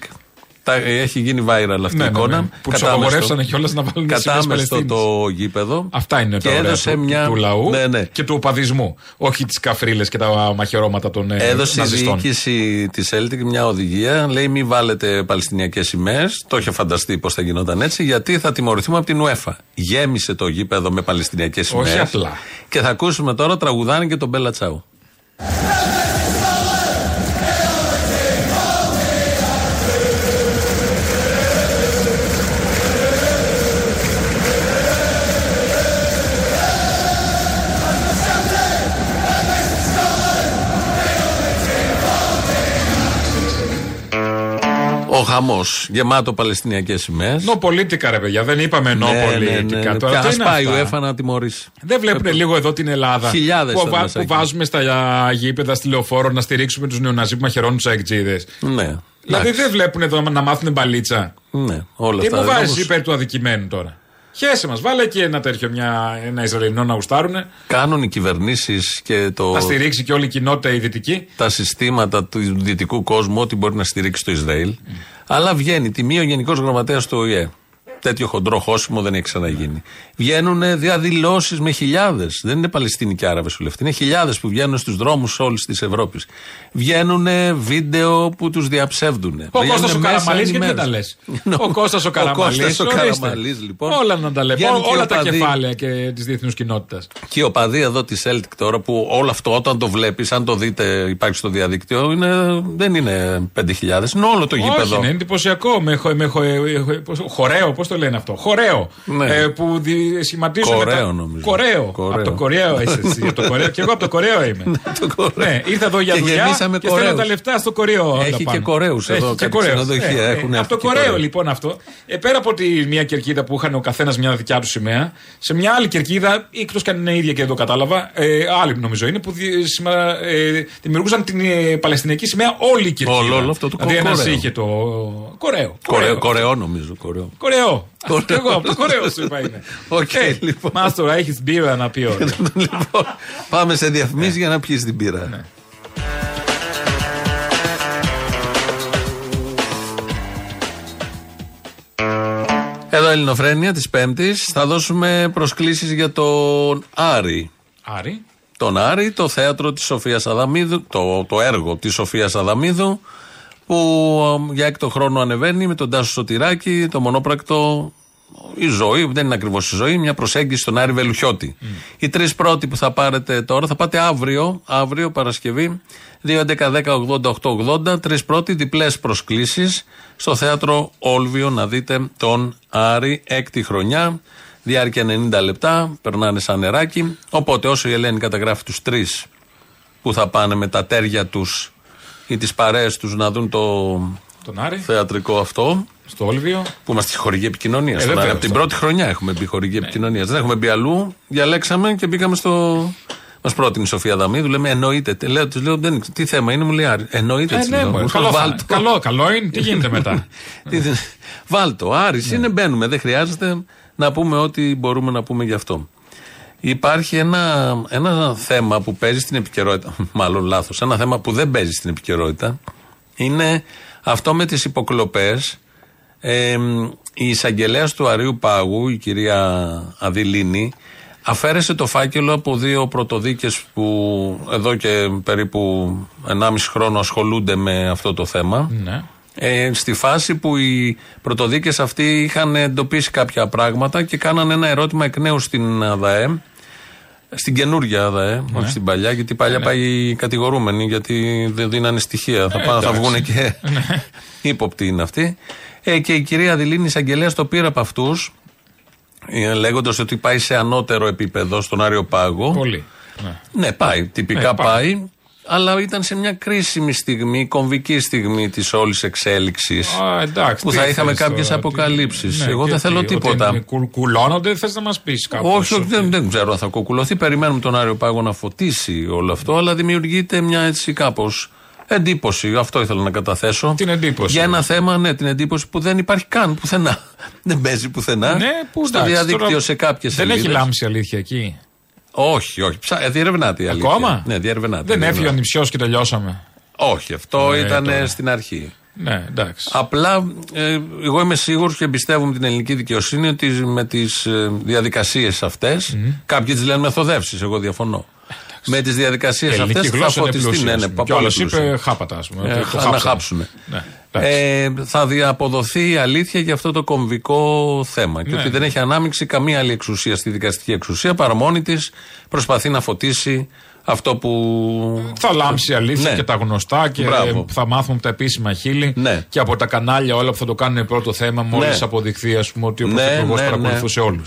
S4: Τα, ε, έχει γίνει viral αυτή
S5: Ναι, ναι,
S4: η εικόνα.
S5: ναι. Που τους
S4: Κατάμεστο-
S5: απαγορεύσανε κιόλας να βάλουν σημαίες
S4: Κατάμεστο
S5: Παλαιστίνης.
S4: το γήπεδο.
S5: Αυτά είναι
S4: και
S5: τα ωραία
S4: έδωσε
S5: του,
S4: μια.
S5: του λαού
S4: Ναι, ναι.
S5: και του οπαδισμού. Όχι τις καφρίλες και τα μαχαιρώματα των ε,
S4: Έδωσε η
S5: ναζιστών.
S4: διοίκηση της Celtic μια οδηγία. Λέει μη βάλετε παλαιστινιακές σημαίες. Το είχε φανταστεί πώ θα γινόταν έτσι, γιατί θα τιμωρηθούμε από την UEFA. Γέμισε το γήπεδο με παλαιστινιακές σημαίε.
S5: Όχι απλά.
S4: Και θα ακούσουμε τώρα τραγουδάνε και τον Μπέλα Τσάου. χαμός. Γεμάτο Ναι, παλαιστινιακές σημαίες.
S5: Νο πολίτικα, ρε παιδιά. Δεν είπαμε νο πολίτικα. Τώρα
S4: Α
S5: τι είναι
S4: πάει ο
S5: αυτά?
S4: UEFA να τιμωρήσει.
S5: Δεν βλέπουν λίγο εδώ την Ελλάδα.
S4: Ε, Χιλιάδες
S5: που,
S4: ήταν
S5: βα-
S4: μέσα
S5: που
S4: εκεί.
S5: βάζουμε στα γήπεδα, στη λεωφόρο να στηρίξουμε τους νεοναζί που μαχαιρώνουν τους αεκτζίδε.
S4: Ναι.
S5: Δηλαδή δεν βλέπουν εδώ να μάθουν μπαλίτσα.
S4: Ναι, όλα
S5: Τι
S4: αυτά.
S5: μου
S4: δεν
S5: βάζει
S4: όμως-
S5: υπέρ του αδικημένου τώρα. Χέσε μας, βάλε και ένα τέτοιο, μια, ένα Ισραηλινό να γουστάρουνε.
S4: Κάνουν οι κυβερνήσεις και το.
S5: Να στηρίξει και όλη η κοινότητα η δυτική.
S4: τα συστήματα του δυτικού κόσμου, ό,τι μπορεί να στηρίξει το Ισραήλ. Αλλά βγαίνει τιμή ο Γενικός Γραμματέας του ΟΗΕ. Τέτοιο χοντρό χώσιμο δεν έχει ξαναγίνει. Βγαίνουν διαδηλώσεις με χιλιάδες. Δεν είναι Παλαιστίνοι και Άραβες βουλευτέ. Είναι χιλιάδες που βγαίνουν στους δρόμους όλης της Ευρώπης. Βγαίνουν βίντεο που τους διαψεύδουν.
S5: Ο Κώστας ο Καραμαλής, γιατί δεν τα λες. Ο Κώστας ο Καραμαλής.
S4: Κώστας ο Καραμαλής, λοιπόν.
S5: Όλα να τα λέμε.
S4: Βγαίνουν και
S5: Όλα
S4: οι
S5: τα
S4: οπαδοί.
S5: κεφάλαια και της διεθνούς κοινότητας.
S4: Και οι οπαδοί εδώ της Celtic τώρα που όλο αυτό όταν το βλέπεις, αν το δείτε, υπάρχει στο διαδίκτυο, είναι, δεν είναι 5.000, είναι όλο το
S5: Όχι,
S4: γήπεδο.
S5: ναι, είναι εντυπωσιακό. Με, χο- με χο- ε, ε, πώς- χορέο, πώς το λένε αυτό. Χορέο.
S4: Ναι.
S5: Ε, που δι- σχηματίζουν.
S4: Κορέο,
S5: τα-
S4: νομίζω.
S5: Κορέο.
S4: Κορέο.
S5: Από το Κορέο είσαι εσύ. από το Κορέο. Και εγώ από το Κορέο είμαι. ναι, ήρθα εδώ για
S4: Και
S5: δουλειά.
S4: γεμίσαμε
S5: και θέλω
S4: Κορέους.
S5: τα λεφτά στο Κορέο. όλα
S4: Έχει
S5: πάνω.
S4: και Κορέους εδώ,
S5: Έχει και
S4: κάποια
S5: Κορέους.
S4: ξενοδοχεία,
S5: Ε, ε, από
S4: έχουν
S5: το
S4: έρθει και
S5: Κορέο
S4: Κορέοι.
S5: λοιπόν αυτό. Ε, πέρα από τη μία κερκίδα που είχαν ο καθένας μια δικιά του σημαία, σε μια άλλη κερκίδα, εκτός και αν είναι ίδια και εδώ κατάλαβα, ε, άλλη νομίζω είναι, που δι- σημα- ε, δημιουργούσαν την ε, Παλαιστινιακή σημαία όλη η κερκίδα.
S4: Όλο- όλο αυτό το
S5: Δηλαδή ένας
S4: Κορέο.
S5: είχε το. Κορέο.
S4: Κορέο, κορεό νομίζω. Κορεό.
S5: Κορεό. Αυτό εγώ από το Κορέο σου είπα είναι.
S4: Οκ,
S5: Ε, Μας τώρα έχεις μπύρα να πει όλα. Ναι.
S4: λοιπόν, πάμε σε διαφημίσεις για να πιεις την πύρα. Εδώ Ελληνοφρένια της Πέμπτης θα δώσουμε προσκλήσεις για τον Άρη.
S5: Άρη.
S4: Τον Άρη, το θέατρο της Σοφίας Αδαμίδου, το, το έργο της Σοφίας Αδαμίδου, που ε, για έκτο χρόνο ανεβαίνει με τον Τάσο Σωτηράκη, το μονόπρακτο η ζωή, που δεν είναι ακριβώς η ζωή, μια προσέγγιση στον Άρη Βελουχιώτη. Οι τρεις πρώτοι που θα πάρετε τώρα θα πάτε αύριο, αύριο Παρασκευή, 2, 11, 10, 80, 80. Τρεις πρώτοι, διπλές προσκλήσεις στο θέατρο Όλβιο να δείτε τον Άρη, έκτη χρονιά. Διάρκεια 90 λεπτά, περνάνε σαν νεράκι. Οπότε όσο η Ελένη καταγράφει τους τρεις που θα πάνε με τα τέρια τους ή τις παρέες τους να δουν το
S5: Τον Άρη,
S4: θεατρικό αυτό.
S5: στο Όλβιο.
S4: Που είμαστε στη χορηγή επικοινωνίας.
S5: Ε, βέβαια, Ναι.
S4: από την
S5: αυτό.
S4: πρώτη χρονιά έχουμε μπει χορηγή επικοινωνίας. Δεν έχουμε μπει αλλού. Διαλέξαμε και μπήκαμε στο. Μας πρότεινε η Σοφία Δαμίδου. Λέμε εννοείται. Τε- Λέω, της λέω, δεν, ξέρω, τι θέμα είναι, μου λέει Άρη. Εννοείται.
S5: Ε,
S4: της
S5: ναι,
S4: λέω.
S5: μωρέ,
S4: Μου
S5: καλό,
S4: λέω,
S5: θα-
S4: «Βάλτο».
S5: καλό, καλό είναι. Τι γίνεται μετά. Ναι.
S4: Τι- τι- Βάλτο. Άρης είναι, μπαίνουμε. Δεν χρειάζεται να πούμε ό,τι μπορούμε να πούμε γι' αυτό. Υπάρχει ένα, ένα θέμα που παίζει στην επικαιρότητα. Μάλλον λάθος. Ένα θέμα που δεν παίζει στην επικαιρότητα είναι αυτό με τις υποκλοπές. Ε, η εισαγγελέα του Αρίου Πάγου, η κυρία Αδηλίνη, αφαίρεσε το φάκελο από δύο πρωτοδίκες που εδώ και περίπου 1,5 χρόνο ασχολούνται με αυτό το θέμα.
S5: Ναι.
S4: Ε, στη φάση που οι πρωτοδίκες αυτοί είχαν εντοπίσει κάποια πράγματα και κάνανε ένα ερώτημα εκ νέου στην ΑΔΑΕ. Στην καινούργια ΑΔΑΕ,
S5: Ναι.
S4: όχι στην παλιά, γιατί η παλιά πάει οι κατηγορούμενοι, γιατί δεν δίνανε στοιχεία. θα, πάνε, θα
S5: Ε, εντάξει. Ναι.
S4: βγουν και ύποπτοι είναι αυτοί. Ε, και η κυρία Δηλίνη Εισαγγελέας το πήρε από αυτούς, λέγοντα Ε, ότι πάει σε ανώτερο επίπεδο, στον Άριο Πάγο.
S5: Πολύ. Ναι.
S4: Ναι, πάει. Τυπικά
S5: Ναι, πάει.
S4: πάει. Αλλά ήταν σε μια κρίσιμη στιγμή, κομβική στιγμή της όλης εξέλιξης.
S5: Α, εντάξει,
S4: Που
S5: τι
S4: θα
S5: θες
S4: είχαμε
S5: τώρα,
S4: κάποιε
S5: τι-
S4: αποκαλύψεις.
S5: Ναι,
S4: Εγώ
S5: και
S4: δεν
S5: τι,
S4: θέλω
S5: ότι
S4: τίποτα.
S5: είναι κου- Κουλώνονται, θες να μας πεις κάτι.
S4: Όχι, όχι, δεν, δεν ξέρω αν θα κοκκουλωθεί. Περιμένουμε τον Άριο Πάγο να φωτίσει όλο αυτό, αλλά δημιουργείται μια έτσι κάπως εντύπωση. Αυτό ήθελα να καταθέσω. Την
S5: εντύπωση.
S4: Για ένα θέμα, ναι, την εντύπωση που δεν υπάρχει καν πουθενά. Δεν παίζει πουθενά.
S5: Ναι, που
S4: Στο
S5: εντάξει,
S4: διαδίκτυο
S5: τώρα
S4: σε κάποιες
S5: Δεν έχει λάμψη αλήθεια εκεί.
S4: Όχι, όχι. Ψα... ε, διερευνάται η αλήθεια.
S5: Ακόμα?
S4: Ναι, διερευνάται.
S5: Δεν έφυγε ο
S4: διερευνάται.
S5: νηψιός και τελειώσαμε.
S4: Όχι, αυτό
S5: Ναι,
S4: ήταν
S5: τώρα.
S4: στην αρχή.
S5: Ναι, εντάξει.
S4: Απλά ε, εγώ είμαι σίγουρος και εμπιστεύομαι την ελληνική δικαιοσύνη ότι με τις ε, διαδικασίες αυτές. Κάποιοι τι λένε μεθοδεύσει, εγώ διαφωνώ. Με τις διαδικασίες
S5: Η
S4: αυτέ θα φωτιστεί. Ναι, ναι, πα-
S5: Και όλο
S4: πολύ
S5: είπε
S4: πλούσια.
S5: χάπατα, ας πούμε.
S4: Ε,
S5: ότι το
S4: χα- να
S5: χάψανε.
S4: χάψουνε.
S5: Ναι, εντάξει.
S4: Ε, θα διαποδοθεί η αλήθεια για αυτό το κομβικό θέμα. Και
S5: Ναι.
S4: ότι δεν έχει ανάμειξη καμία άλλη εξουσία στη δικαστική εξουσία παρά μόνη της προσπαθεί να φωτίσει αυτό που.
S5: Θα λάμψει η αλήθεια
S4: Ναι.
S5: και τα γνωστά και
S4: Μπράβο.
S5: θα μάθουμε από τα επίσημα χείλη και από τα κανάλια όλα που θα το κάνουν πρώτο θέμα μόλις
S4: Ναι.
S5: αποδειχθεί ας πούμε, ότι ο
S4: Ναι,
S5: Πρωθυπουργός
S4: ναι, ναι.
S5: παρακολουθούσε όλους.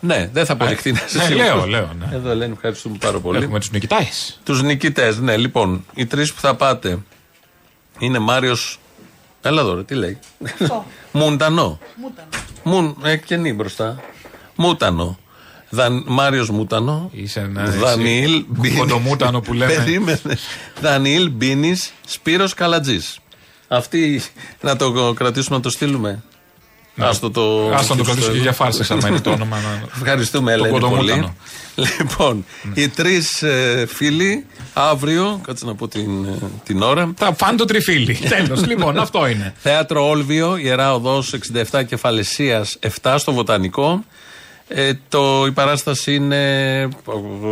S4: Ναι, δεν θα αποδειχτεί να
S5: ναι, λέω, λέω. Ναι.
S4: Εδώ λένε ευχαριστούμε πάρα πολύ.
S5: Έχουμε τους νικητάε.
S4: Τους νικητές, ναι, λοιπόν, οι τρεις που θα πάτε είναι Μάριος Έλα εδώ, ρε, τι λέει. Μουντανό. Μουν, ε, κενή μπροστά. Μούτανο. Δαν, Μάριος Μούτανο.
S5: Είσαι ένα. εσύ.
S4: Δανιήλ Μπίνης.
S5: Κοντομούτανο που λέμε.
S4: Περίμενε. Δανιήλ Μπίνης, Σπύρος Καλατζής. Αυτή, να το κρατήσουμε, να το στείλουμε. Άστο το.
S5: Ναι. Άστο να το κρατήσω και για φάρσες, άμα είναι το όνομα, να-
S4: Ευχαριστούμε,
S5: Το ναι.
S4: Ελένη. Πολύ.
S5: κοντομούτανο.
S4: Λοιπόν, οι τρεις φίλοι αύριο, κάτσε να πω την, ε, την ώρα.
S5: Τα φάντο τριφύλι.
S4: Ναι.
S5: Τέλος, λοιπόν, αυτό είναι.
S4: Θέατρο Όλβιο, Ιερά Οδός 67 Κεφαλαισία 7 στο Βοτανικό. Ε, το, η παράσταση είναι.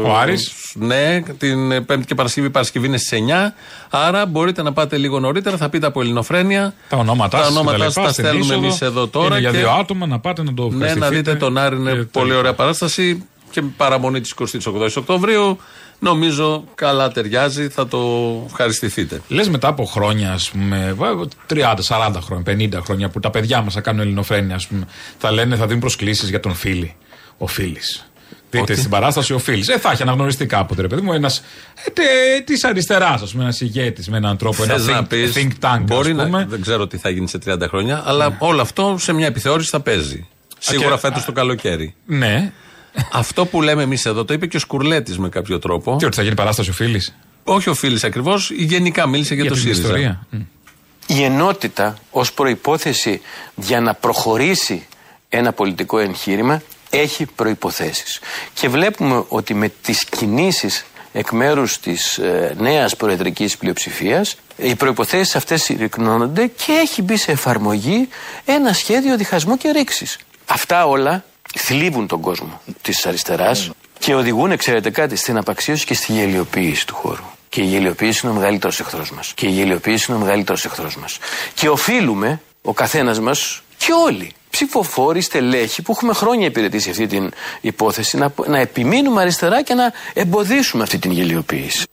S5: Ο Άρης.
S4: Ναι, την ε, Πέμπτη και Παρασκευή. Η Παρασκευή είναι στι 9. Άρα μπορείτε να πάτε λίγο νωρίτερα, θα πείτε από Ελληνοφρένεια.
S5: Τα ονόματά
S4: τα
S5: σας,
S4: ονόματά
S5: λοιπά,
S4: σας τα
S5: στην
S4: στέλνουμε
S5: είσοδο.
S4: εμείς εδώ τώρα.
S5: Είναι για
S4: και-
S5: δύο άτομα να πάτε να το
S4: ναι, να
S5: ευχαριστηθείτε.
S4: δείτε τον Άρη
S5: Ε,
S4: είναι πολύ ωραία παράσταση και παραμονή της 28η Οκτωβρίου. Νομίζω καλά ταιριάζει, θα το ευχαριστηθείτε.
S5: Λες μετά από χρόνια, ας πούμε, βα- 30, 40 χρόνια, 50 χρόνια που τα παιδιά μας θα κάνουν ελληνοφρένια, ας πούμε, θα λένε, θα δίνουν προσκλήσεις για τον Φίλη. Ο Φίλης. Δείτε στην παράσταση ο Φίλης. Ε, θα έχει αναγνωριστεί κάποτε, ρε παιδί μου, ένας ε, της αριστεράς, ας πούμε, ένας ηγέτης με έναν τρόπο, ένα
S4: Θες να
S5: think,
S4: πεις,
S5: think tank,
S4: μπορεί
S5: ας πούμε. Ναι.
S4: να, δεν ξέρω τι θα γίνει σε 30 χρόνια, αλλά όλο αυτό σε μια επιθεώρηση θα παίζει. Σίγουρα
S5: και-
S4: φέτος το καλοκαίρι.
S5: Ναι.
S4: Αυτό που λέμε εμείς εδώ το είπε και ο Σκουρλέτης με κάποιο τρόπο.
S5: Και ότι θα γίνει παράσταση ο Φίλης.
S4: Όχι ο Φίλης ακριβώς, γενικά μίλησε για,
S5: Για
S4: το
S5: την
S4: ΣΥΡΙΖΑ.
S5: ιστορία.
S13: Η ενότητα ως προϋπόθεση για να προχωρήσει ένα πολιτικό εγχείρημα έχει προϋποθέσεις. Και βλέπουμε ότι με τις κινήσεις εκ μέρους της ε, νέας προεδρικής πλειοψηφίας οι προϋποθέσεις αυτές συρρυκνώνονται και έχει μπει σε εφαρμογή ένα σχέδιο διχασμού και ρήξης. Αυτά όλα θλίβουν τον κόσμο της αριστεράς και οδηγούν, ξέρετε κάτι, στην απαξίωση και στη γελιοποίηση του χώρου. Και η γελιοποίηση είναι ο μεγαλύτερος εχθρός μας. Και η γελιοποίηση είναι ο μεγαλύτερος εχθρός μας. Και οφείλουμε, ο καθένας μας και όλοι, ψηφοφόροι, στελέχοι που έχουμε χρόνια υπηρετήσει αυτή την υπόθεση, να, να επιμείνουμε αριστερά και να εμποδίσουμε αυτή την γελιοποίηση.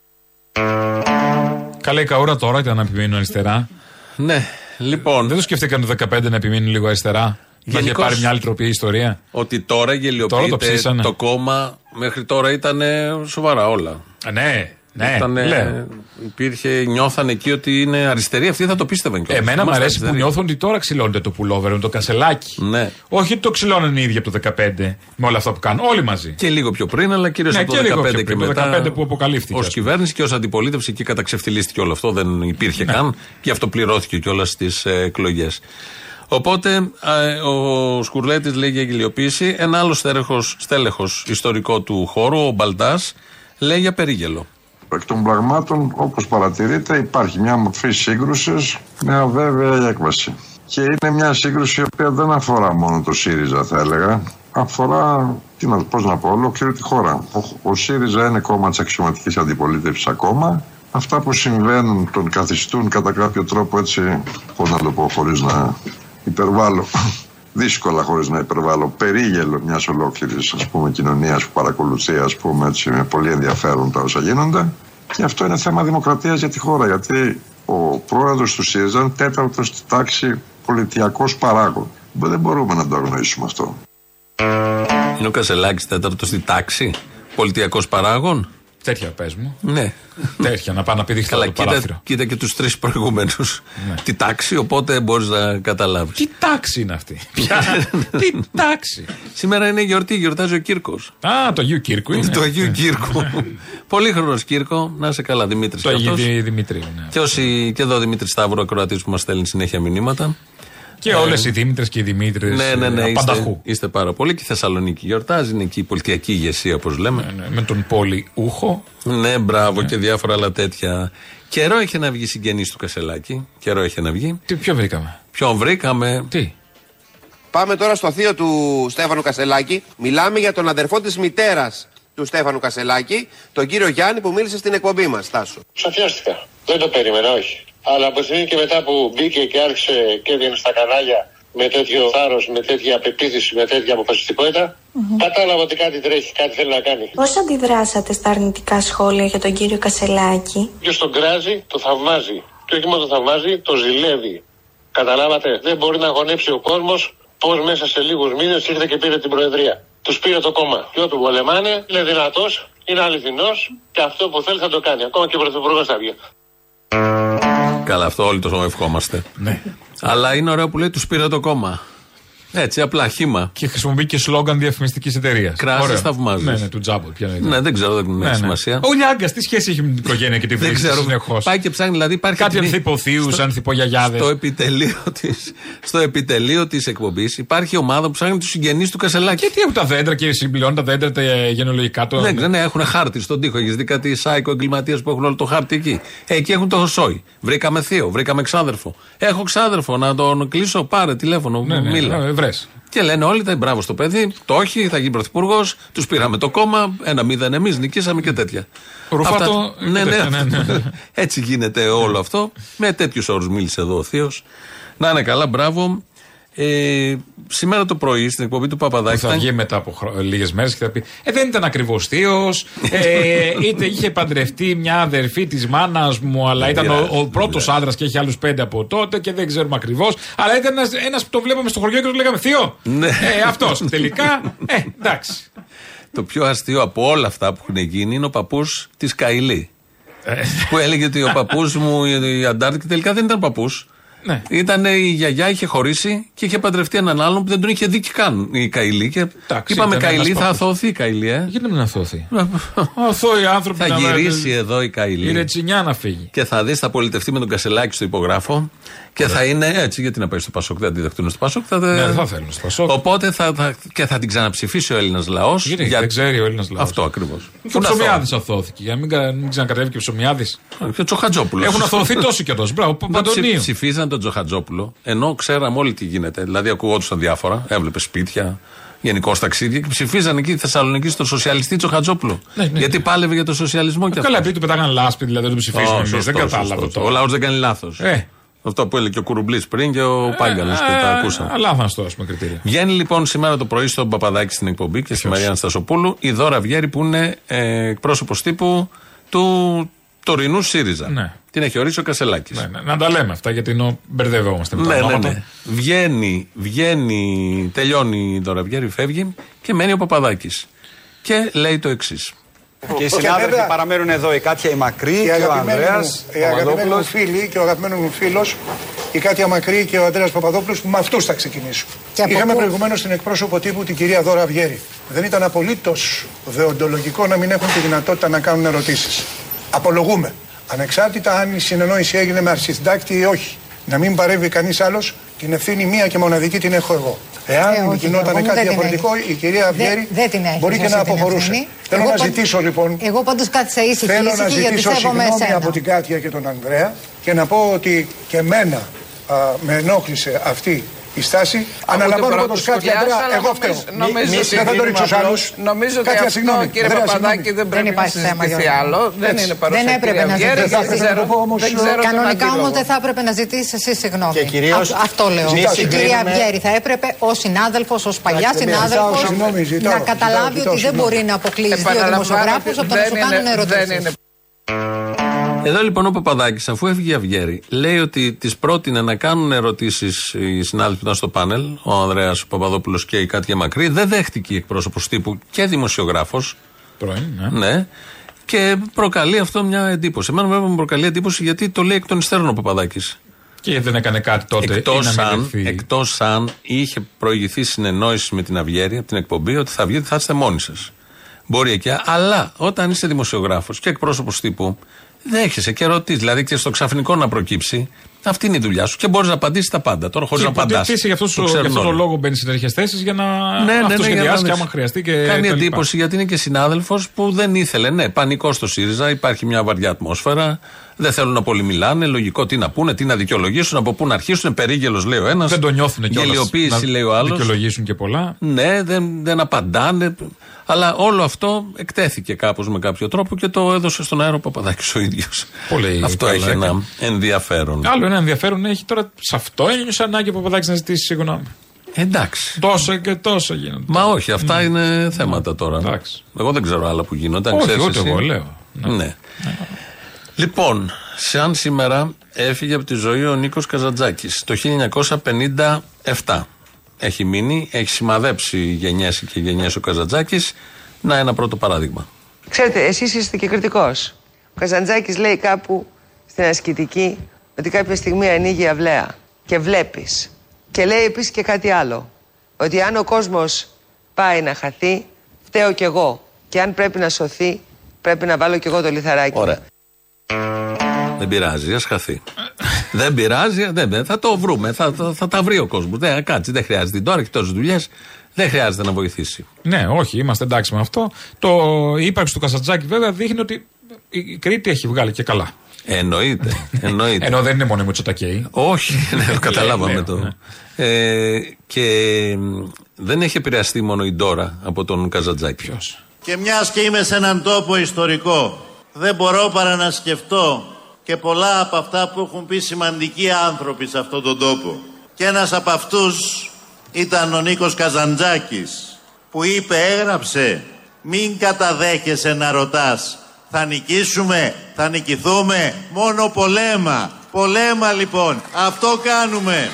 S5: Καλά, η καούρα τώρα ήταν να επιμείνουν αριστερά.
S4: Ναι, λοιπόν.
S5: Δεν το σκέφτηκαν το 15 να επιμείνουν λίγο αριστερά. Να είχε
S4: Γενικώς-
S5: πάρει μια άλλη τροπή η ιστορία.
S4: Ότι τώρα
S5: Τώρα το
S4: γελιοποιείται
S5: ψήσανε.
S4: το, κόμμα. Μέχρι τώρα ήταν σοβαρά όλα.
S5: Ναι, ναι.
S4: Ήτανε-
S5: λέω.
S4: υπήρχε, νιώθαν εκεί ότι είναι αριστερή. Αυτοί θα το πίστευαν κιόλας.
S5: Ε, Εμένα μου αρέσει που νιώθουν ότι τώρα ξυλώνεται το πουλόβερ με το κασελάκι.
S4: Ναι.
S5: Όχι ότι το ξυλώνουν οι ίδιοι από το 15 με όλα αυτά που κάνουν. Όλοι μαζί.
S4: Και λίγο πιο πριν, αλλά κυρίως
S5: Ναι,
S4: από
S5: και
S4: το
S5: λίγο
S4: 2015
S5: πιο
S4: και,
S5: πριν, το
S4: μετά.
S5: 15 που αποκαλύφθηκε,
S4: Ως
S5: ας πούμε.
S4: κυβέρνηση και ως αντιπολίτευση εκεί καταξευθυλίστηκε όλο αυτό. Δεν
S5: Ναι.
S4: υπήρχε καν. Γι' αυτό πληρώθηκε κιόλας στις εκλογές. Οπότε ε, ο Σκουρλέτης λέει για γελιοποίηση. Ένα άλλο στέλεχος, στέλεχος ιστορικό του χώρου, ο Μπαλτάς, λέει για περίγελο.
S14: Εκ των πραγμάτων, όπως παρατηρείτε, υπάρχει μια μορφή σύγκρουσης με αβέβαια έκβαση. Και είναι μια σύγκρουση η οποία δεν αφορά μόνο το ΣΥΡΙΖΑ, θα έλεγα. Αφορά, τι να, πώς να πω, ολόκληρη τη χώρα. Ο, ο ΣΥΡΙΖΑ είναι κόμμα της αξιωματικής αντιπολίτευσης ακόμα. Αυτά που συμβαίνουν τον καθιστούν κατά κάποιο τρόπο έτσι, πώς να το πω, χωρίς να υπερβάλλω. Δύσκολα χωρίς να υπερβάλλω. Περίγελο μιας ολόκληρης ας πούμε, κοινωνίας που παρακολουθεί ας πούμε, έτσι, με πολύ ενδιαφέρον τα όσα γίνονται. Και αυτό είναι θέμα δημοκρατίας για τη χώρα. Γιατί ο πρόεδρος του ΣΥΡΙΖΑ είναι τέταρτος στη τάξη πολιτιακός παράγων. Δεν μπορούμε να το αγνοήσουμε αυτό.
S4: Είναι ο Κασελάκης τέταρτος στη τάξη, πολιτιακός παράγων.
S5: Τέτοια πες μου.
S4: Ναι.
S5: Τέτοια να πάει να πηδήξει το
S4: κοίτα,
S5: παράθυρο. Ναι.
S4: κοίτα και τους τρεις προηγούμενους. Τη τάξη, οπότε μπορείς να καταλάβεις.
S5: Τι τάξη είναι αυτή. Ποια. Τι τάξη.
S4: Σήμερα είναι γιορτή, γιορτάζει ο Κύρκος.
S5: Α, το Αγίου Κύρκου είναι. Ναι.
S4: Το Αγίου Κύρκου. Πολύχρονος Κύρκο, να είσαι καλά, Δημήτρης.
S5: Το Αγίου Δη- Δημητρίου. ναι.
S4: Και όσοι και εδώ ο Δημήτρη Σταύρο, ακροατής που μας στέλνει συνέχεια μηνύματα.
S5: Και όλες οι Δήμητρες και οι Δημήτρες.
S4: Ναι, ναι,
S5: ε,
S4: ναι. Είστε,
S5: Πανταχού.
S4: είστε πάρα πολύ. Και η Θεσσαλονίκη γιορτάζει. Είναι εκεί η πολιτιακή ηγεσία, όπως λέμε.
S5: Ναι, Με τον πολυούχο.
S4: Ναι, μπράβο και διάφορα άλλα τέτοια. Καιρό είχε να βγει συγγενής του Κασελάκη. Καιρό είχε να βγει.
S5: Τι, ποιο βρήκαμε.
S4: Ποιον βρήκαμε.
S5: Τι.
S16: Πάμε τώρα στο θείο του Στέφανου Κασελάκη. Μιλάμε για τον αδερφό της μητέρας του Στέφανου Κασελάκη, τον κύριο Γιάννη που μίλησε στην εκπομπή μας, Τάσο.
S17: Σοφιάστηκα. Δεν το περίμενα, όχι. Αλλά από τη στιγμή και μετά που μπήκε και άρχισε και έβγαινε στα κανάλια με τέτοιο θάρρος, με τέτοια πεποίθηση, με τέτοια αποφασιστικότητα, κατάλαβα ότι κάτι τρέχει, κάτι θέλει να κάνει.
S18: Πώς αντιδράσατε στα αρνητικά σχόλια για τον κύριο Κασελάκη.
S17: Ποιος τον κράζει, το θαυμάζει. Και όχι μόνο το θαυμάζει, το ζηλεύει. Καταλάβατε, δεν μπορεί να γονέψει ο κόσμος πώς μέσα σε λίγους μήνες ήρθε και πήρε την Προεδρία. Τους πήρε το κόμμα. Και ό,τι βολεμάνε, είναι δυνατός, είναι αληθινός και αυτό που θέλει θα το κάνει. Ακόμα και πρωθυπουργός θα βγει.
S4: Καλά, αυτό όλοι το ευχόμαστε.
S5: Ναι.
S4: Αλλά είναι ωραίο που λέει τους πήρε το κόμμα. Έτσι, απλά χήμα.
S5: Και χρησιμοποιεί και σλόγγαν διαφημιστικής εταιρείας.
S4: Κράζεις, θαυμάζεις.
S5: Ναι, ναι, του τζάμπολ. Ποια είναι.
S4: Ναι, δεν ξέρω, δεν έχει σημασία.
S5: Ο Λιάγκα, τι σχέση έχει με την οικογένεια και τη
S4: Δεν
S5: βρίσκει
S4: ξέρω.
S5: συνεχώς.
S4: Πάει και ψάχνει, δηλαδή υπάρχει.
S5: Κάτι
S4: κοινή-
S5: ανθυποθείου,
S4: στο-
S5: ανθυπογιαγιάδε.
S4: Στο επιτελείο της στο επιτελείο της εκπομπής υπάρχει ομάδα που ψάχνει τους συγγενείς του Κασελάκη.
S5: Και τι έχουν τα δέντρα και συμπληρώνουν τα δέντρα τα γενολογικά του.
S4: Ναι, ναι, έχουν χάρτη στον τοίχο. Έχεις δει κάτι σάικο εγκληματίε που έχουν όλο το χάρτη εκεί. Ε, Εκεί έχουν το σόι. Βρήκαμε θείο, βρήκαμε ξάδερφο. Έχω ξάδερφο, να τον κλείσω, πάρε τηλέφωνο,
S5: Ναι, ναι,
S4: μίλα.
S5: ναι, βρες.
S4: Και λένε όλοι, τα μπράβο στο παιδί, το όχι, θα γίνει πρωθυπουργός, τους πήραμε το κόμμα, ένα μηδέν εμείς, νικήσαμε και τέτοια.
S5: Ρουφάτο,
S4: Αυτά-
S5: ε,
S4: ναι, ναι,
S5: τέτοια, ναι, ναι.
S4: Έτσι γίνεται όλο αυτό. Με τέτοιους όρους μίλησε εδώ ο Θείος. Να είναι καλά, μπράβο. Ε, σήμερα το πρωί στην εκπομπή του Παπαδάκη.
S5: θα
S4: ήταν-
S5: βγει μετά από χρο... λίγες μέρες και θα πει Ε, δεν ήταν ακριβώς θείος. Ε, είτε είχε παντρευτεί μια αδερφή της μάνας μου, αλλά ήταν ο, ο πρώτο άντρας και έχει άλλους πέντε από τότε και δεν ξέρουμε ακριβώς. Αλλά ήταν ένας που το βλέπαμε στο χωριό και του λέγαμε Θείο!
S4: Ναι.
S5: Ε, αυτός τελικά. Ε, εντάξει.
S4: Το πιο αστείο από όλα αυτά που έχουν γίνει είναι ο παππούς της Καηλή. που έλεγε ότι ο παππούς μου, η η Αντάρτικη, τελικά δεν ήταν παππούς.
S5: Ναι.
S4: Ήταν η γιαγιά, είχε χωρίσει και είχε παντρευτεί έναν άλλον που δεν τον είχε δει και καν η Καηλή. Και είπαμε
S5: ήταν
S4: Καηλή,
S5: ένας
S4: θα
S5: παππούς.
S4: αθωωωθεί η Καηλή, ε.
S5: Γιατί να μην αθώθη. Αθώοι άνθρωποι
S4: Θα
S5: να-
S4: γυρίσει εδώ η
S5: Η
S4: Καηλή.
S5: ρετσινιά να φύγει.
S4: Και θα δεις, θα πολιτευτεί με τον Κασελάκη στο υπογράφο και θα είναι έτσι. Γιατί να πάει στο Πασόκ, δεν αντιδεχτούν στο Πασόκ. Θα...
S5: Ναι, δεν θα θέλουν στο Πασόκ.
S4: Οπότε θα, θα- και θα την ξαναψηφίσει ο Έλληνας λαός.
S5: Γιατί δεν ξέρει ο Έλληνας λαός.
S4: Αυτό ακριβώς.
S5: Και ο Ψωμιάδης αθώθηκε. Για να μην, κα- μην ξανακατεύει και ο Ψωμιάδης.
S4: Και ο Τσοχατζόπουλο.
S5: Έχουν αθωωωθεί τόσοι και τόσοι. Μπράβο, Παντονίου.
S4: ψηφίζαν τον Τσοχατζόπουλο, ενώ ξέραμε όλοι τι γίνεται. Δηλαδή, ακουγόντουσαν διάφορα. Έβλεπε σπίτια, γενικώ ταξίδια και ψηφίζαν εκεί στη Θεσσαλονίκη στον σοσιαλιστή Τσοχατζόπουλο.
S5: Ναι, ναι,
S4: Γιατί πάλευε για τον σοσιαλισμό και
S5: Καλά,
S4: αυτό.
S5: επειδή του πετάγαν λάσπη, δηλαδή δεν το ψηφίσουμε
S4: Ω,
S5: εμείς.
S4: σωστό,
S5: Δεν κατάλαβα
S4: σωστό.
S5: το.
S4: Ο λαός δεν κάνει λάθος.
S5: Ε.
S4: Αυτό που έλεγε και ο Κουρουμπλής πριν και ο Πάγκαλος που τα ακούσαμε.
S5: Αλλά θα το πούμε κριτήρια.
S4: Βγαίνει λοιπόν σήμερα το πρωί στον Παπαδάκη στην εκπομπή και στη Μαρία Αναστασοπούλου η Δώρα Βιέρη που είναι ε, εκπρόσωπος τύπου του τωρινού ΣΥΡΙΖΑ.
S5: Ναι.
S4: Την έχει ορίσει ο Κασελάκης.
S5: Ναι, Να τα λέμε αυτά γιατί ενώ μπερδευόμαστε με τα
S4: Ναι, ναι,
S5: ονόματα.
S4: ναι. Βγαίνει, βγαίνει, τελειώνει η Δώρα Βιέρη, φεύγει και μένει ο Παπαδάκης. Και λέει το εξής.
S19: Και οι συνάδελφοι
S20: βέβαια-
S19: παραμένουν εδώ, η Κάτια η Μακρύ
S20: Η
S19: και, ο
S20: αγαπημένη
S19: Ανδρέας
S20: μου- η αγαπημένη μου
S19: Παπαδόπουλος.
S20: φίλη και ο αγαπημένος μου φίλος, η Κάτια Μακρύ και ο Ανδρέας Παπαδόπουλος, με αυτούς θα ξεκινήσω.
S21: Και από
S20: Είχαμε
S21: πού?
S20: προηγουμένως την εκπρόσωπο τύπου την κυρία Δώρα Βιέρη. Δεν ήταν απολύτως δεοντολογικό να μην έχουν τη δυνατότητα να κάνουν ερωτήσεις. Απολογούμε. Ανεξάρτητα αν η συνεννόηση έγινε με αρχισυντάκτη ή όχι. Να μην παρεύει κανείς άλλος, την ευθύνη μία και μοναδική την έχω εγώ.
S21: Ε,
S20: Εάν
S21: όχι, Γιώργο μου,
S20: γινόταν κάτι
S21: δεν την
S20: διαφορετικό,
S21: έχεις.
S20: η κυρία
S21: Δεν-
S20: Βιέρη
S21: δεν την έχεις
S20: μπορεί και
S21: εσύ
S20: να
S21: την
S20: αποχωρούσε.
S21: ευθύνη.
S20: Θέλω
S21: Εγώ
S20: να
S21: παν-
S20: ζητήσω λοιπόν
S21: Εγώ πάντως κάθισα ήσυχη,
S20: Θέλω να
S21: ήσυχη γιατί
S20: ζητήσω
S21: σέβομαι
S20: συγγνώμη
S21: εσένα.
S20: από την Κάτια και τον Ανδρέα και να πω ότι και εμένα α, με ενόχλησε αυτή η στάση. Αναλαμβάνω
S22: την
S20: πάντω Κάτια
S22: πρωτοσκοπιά,
S20: Ανδρέα,
S22: αλλά
S20: εγώ φταίω.
S22: νομίζ- νομίζω
S20: Μη-
S22: ότι-
S20: Δεν θα το ρίξω σε άλλους.
S22: Νομίζω ότι αυτό, κύριε Παπαδάκη, δεν πρέπει να
S21: υπάρχει θέμα,
S22: συζητηθεί
S21: Γιώργο.
S22: άλλο. Δεν
S21: Έτσι.
S22: είναι παρούσα
S21: Δεν
S22: η
S21: έπρεπε
S22: κυρία
S21: να ζητήσει.
S22: Βιέρη, δεν ξέρω- δεν ξέρω τον
S21: Κανονικά όμως
S22: αντίλογο.
S21: δεν θα έπρεπε να ζητήσεις εσύ συγγνώμη.
S22: Και κυρίως
S21: Α- αυτό λέω.
S22: ζητάω
S21: Η κυρία
S22: συγγνώμη.
S21: Βιέρη θα έπρεπε ως συνάδελφος, ως παλιά
S22: Εντάξει, δεν
S21: συνάδελφος,
S22: ζητάω συγγνώμη, ζητάω,
S21: να
S22: ζητάω,
S21: καταλάβει
S22: ζητάω
S21: ότι δεν
S22: συγγνώμη.
S21: μπορεί να αποκλείσει δύο
S22: Επαναλαμβάνω
S21: δημοσιογράφους
S22: ότι
S21: από το να
S22: δεν
S21: σου
S22: είναι-
S21: κάνουν
S22: δεν
S21: ερωτήσεις.
S22: είναι
S4: Εδώ λοιπόν ο Παπαδάκης, αφού έφυγε η Αυγέρη, λέει ότι τη πρότεινε να κάνουν ερωτήσεις οι συνάδελφοι που ήταν στο πάνελ, ο Ανδρέας Παπαδόπουλος και η Κάτια Μακρύ. Δεν δέχτηκε η εκπρόσωπος τύπου και δημοσιογράφος.
S5: Πρώην, ναι.
S4: Ναι. Και προκαλεί αυτό μια εντύπωση. Εμένα βέβαια μου προκαλεί εντύπωση γιατί το λέει εκ των υστέρων ο Παπαδάκης.
S5: Και δεν έκανε κάτι τότε.
S4: Εκτό
S5: ή να
S4: αν,
S5: μελετηθεί.
S4: εκτός αν είχε προηγηθεί συνεννόηση με την Αυγέρη από την εκπομπή ότι θα βγείτε, θα είστε μόνοι σας. Μπορεί εκεί. Αλλά όταν είσαι δημοσιογράφος και εκπρόσωπος τύπου, δέχεσαι και ρωτή. Δηλαδή και στο ξαφνικό να προκύψει, αυτή είναι η δουλειά σου και μπορείς να απαντήσεις τα πάντα. Τώρα χωρίς
S5: Και
S4: να
S5: υποτίθεται
S4: απαντάς.
S5: εσύ για αυτός ο- για αυτόν τον λόγο μπαίνει σε τέτοιες θέσεις για να
S4: Ναι, ναι, ναι, για να
S5: αυτοσχεδιάσεις
S4: δεις.
S5: και άμα χρειαστεί και.
S4: Κάνει
S5: τα λοιπά.
S4: εντύπωση γιατί είναι και συνάδελφος που δεν ήθελε. Ναι, πανικό στο ΣΥΡΙΖΑ, υπάρχει μια βαριά ατμόσφαιρα. Δεν θέλουν να πολύ μιλάνε. Λογικό τι να πούνε, τι να δικαιολογήσουν, από πού να αρχίσουν. Περίγελος λέει ο ένας.
S5: Δεν το νιώθουν κιόλας.
S4: Γελιοποίηση λέει ο άλλος.
S5: Ναι, Δικαιολογήσουν και πολλά.
S4: Ναι, δεν, δεν απαντάνε. Αλλά όλο αυτό εκτέθηκε κάπως με κάποιο τρόπο και το έδωσε στον αέρα ο Παπαδάκης ο ίδιος. Αυτό
S5: καλά
S4: έχει
S5: έκανε.
S4: ένα ενδιαφέρον.
S5: Άλλο ένα ενδιαφέρον έχει τώρα σε αυτό ένιωσε ανάγκη ο Παπαδάκης να ζητήσει συγγνώμη.
S4: Εντάξει.
S5: Τόσα και τόσα γίνονται.
S4: Μα όχι, αυτά είναι θέματα τώρα. Εγώ δεν ξέρω άλλα που γίνονται. αν
S5: Όχι,
S4: ξέρεις
S5: ούτε
S4: εσύ.
S5: εγώ λέω.
S4: Ναι. Λοιπόν, σαν σήμερα έφυγε από τη ζωή ο Νίκος Καζαντζάκης το 1957. Έχει μείνει, έχει σημαδέψει γενιές και γενιές ο Καζαντζάκης. Να ένα πρώτο παράδειγμα.
S23: Ξέρετε, εσείς είστε και κριτικός. Ο Καζαντζάκης λέει κάπου στην ασκητική
S1: ότι κάποια στιγμή ανοίγει η αυλαία και βλέπεις. Και λέει επίσης και κάτι άλλο. Ότι αν ο κόσμος πάει να χαθεί, φταίω κι εγώ. Και αν πρέπει να σωθεί, πρέπει να βάλω κι εγώ το λιθαράκι. Ωραία.
S4: Δεν πειράζει, ας χαθεί. δεν πειράζει, ε, δεν, θα το βρούμε. Θα, θα, θα τα βρει ο κόσμος. Δεν, κάτσε, δεν χρειάζεται. Τώρα έχει τόσες δουλειές. Δεν χρειάζεται να βοηθήσει.
S5: Ναι, όχι, είμαστε εντάξει με αυτό. Το, η ύπαρξη του Κασατζάκη βέβαια δείχνει ότι η Κρήτη έχει βγάλει και καλά.
S4: Εννοείται. εννοείται.
S5: Ενώ δεν είναι μόνο οι Μητσοτακέοι.
S4: Όχι, ναι, το καταλάβαμε
S5: Λέω,
S4: το. Ε, και μ, δεν έχει επηρεαστεί μόνο η Ντόρα από τον Καζατζάκη.
S3: Και μιας και είμαι σε έναν τόπο ιστορικό, δεν μπορώ παρά να σκεφτώ και πολλά από αυτά που έχουν πει σημαντικοί άνθρωποι σε αυτόν τον τόπο. Και ένας από αυτούς ήταν ο Νίκος Καζαντζάκης, που είπε, έγραψε, μην καταδέχεσαι να ρωτάς, θα νικήσουμε, θα νικηθούμε, μόνο πολέμα. Πολέμα λοιπόν, αυτό κάνουμε.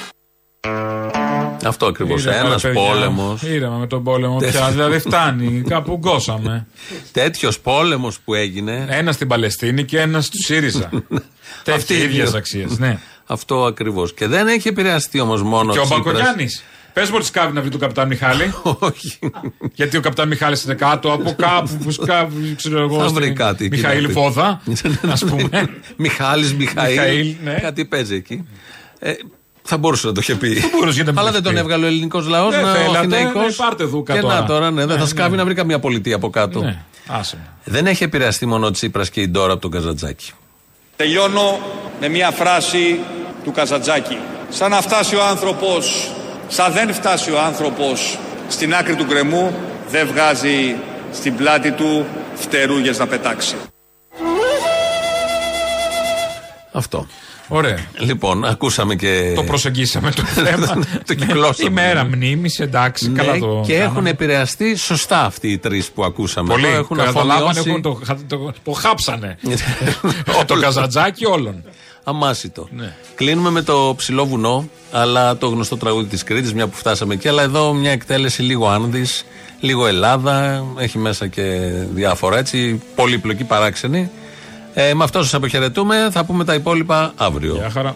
S4: Αυτό ακριβώ.
S5: Είδαμε,
S4: Ένας
S5: παιδιά,
S4: πόλεμος.
S5: Είδαμε με τον πόλεμο πια.
S4: Τέτοιο.
S5: δηλαδή φτάνει. Κάπου γκώσαμε.
S4: Τέτοιος πόλεμος που έγινε.
S5: Ένας στην Παλαιστίνη και ένας στη ΣΥΡΙΖΑ.
S4: Αυτή
S5: Τέτοιες ίδιες αξίες. Ναι.
S4: Αυτό ακριβώς. Και δεν έχει επηρεαστεί όμως μόνο
S5: Και ο
S4: Τσίπρας.
S5: Μπακογιάννη. Πες μου τη σκάβει να βρει τον καπιτάν Μιχάλη.
S4: Όχι.
S5: Γιατί ο καπιτάν Μιχάλης είναι κάτω από κάπου που σκάβει, ξέρω εγώ.
S4: Θα
S5: στην
S4: βρει κάτι εκεί να
S5: Μιχαήλ
S4: πει.
S5: Φόδα. Ας πούμε.
S4: Μιχάλης Μιχαήλ.
S5: Μιχαήλ, ναι.
S4: Κάτι παίζει εκεί. Ε, θα μπορούσε να το είχε πει.
S5: μπορούσε, γιατί δεν
S4: Αλλά
S5: το είχε
S4: δεν τον
S5: πει.
S4: έβγαλε ο ελληνικός λαός.
S5: Δεν θέλατε,
S4: ο Αθηναϊκός.
S5: ναι, πάρτε δούκα
S4: Και
S5: τώρα.
S4: να τώρα, ναι, δεν
S5: Ναι,
S4: θα σκάβει
S5: ναι.
S4: να βρει καμία πολιτεία από κάτω.
S5: Ναι. Άσε με.
S4: Δεν έχει επηρεαστεί μόνο ο Τσίπρας και η Ντόρα από τον Καζατζάκη.
S23: Τελειώνω με μια φράση του Καζατζάκη. Σαν να φτάσει ο άνθρωπος, σαν δεν φτάσει ο άνθρωπος στην άκρη του γκρεμού, δεν βγάζει στην πλάτη του φτερούγες να πετάξει.
S4: Αυτό.
S5: Ωραία.
S4: Λοιπόν, ακούσαμε και.
S5: Το προσεγγίσαμε το θέμα.
S4: το κυκλώσαμε.
S5: Ημέρα μνήμης, εντάξει,
S4: Ναι,
S5: καλά το.
S4: και
S5: κάναμε.
S4: έχουν επηρεαστεί σωστά αυτοί οι τρεις που ακούσαμε.
S5: Πολύ.
S4: Εδώ Έχουν
S5: Καταλάβανε,
S4: αφομοιώσει
S5: έχουν το, χα- το, το χάψανε. το καζατζάκι όλων.
S4: Αμάσιτο.
S5: Ναι.
S4: Κλείνουμε με το ψηλό βουνό, αλλά το γνωστό τραγούδι της Κρήτης, μια που φτάσαμε εκεί. Αλλά εδώ μια εκτέλεση λίγο άνδης, λίγο Ελλάδα. Έχει μέσα και διάφορα έτσι, πολύπλοκη παράξενη. Ε, με αυτό σας αποχαιρετούμε. Θα πούμε τα υπόλοιπα αύριο. Γεια
S5: χαρά.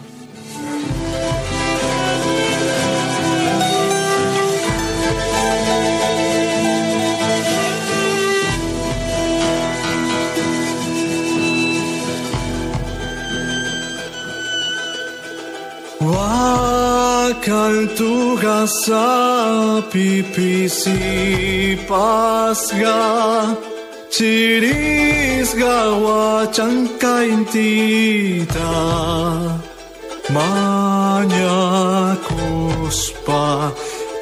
S24: Wakal tu gasa pipisi pasga Chiris gawa chanka intita Manya kuspa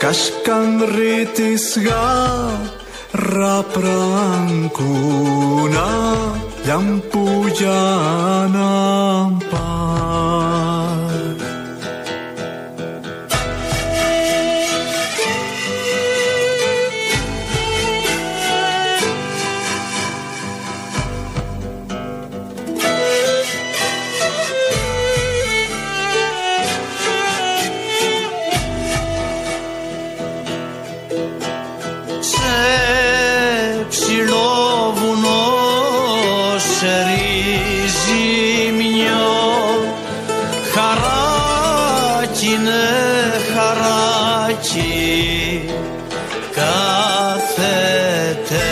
S24: kashkan ritisga Raprankuna yampuyanampa
S3: σε ψηλό βουνό σε ρίζει μια χαράκι ναι χαράκι κάθεται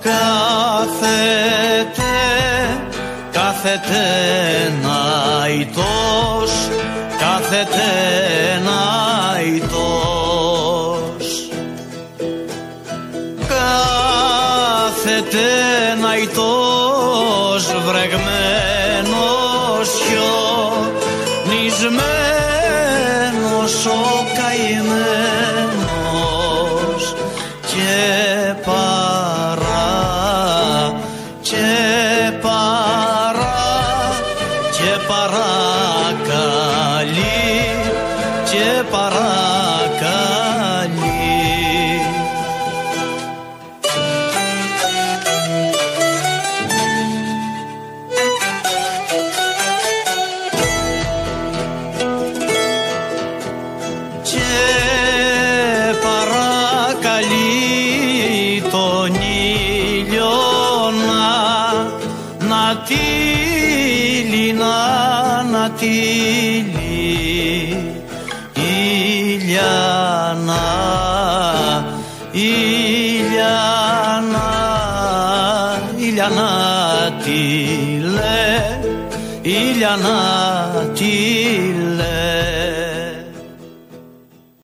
S3: κάθεται κάθεται να ητός κάθεται να ητός Κάθεται ναητός βρεγμένος χιονισμένος ο καημένος και παρά και παρά και παρακαλεί και παρακαλεί και παρακαλεί τον ήλιο να, να τύλει να Ηλιανά, Ηλιανά, τι λέει, Ηλιανά,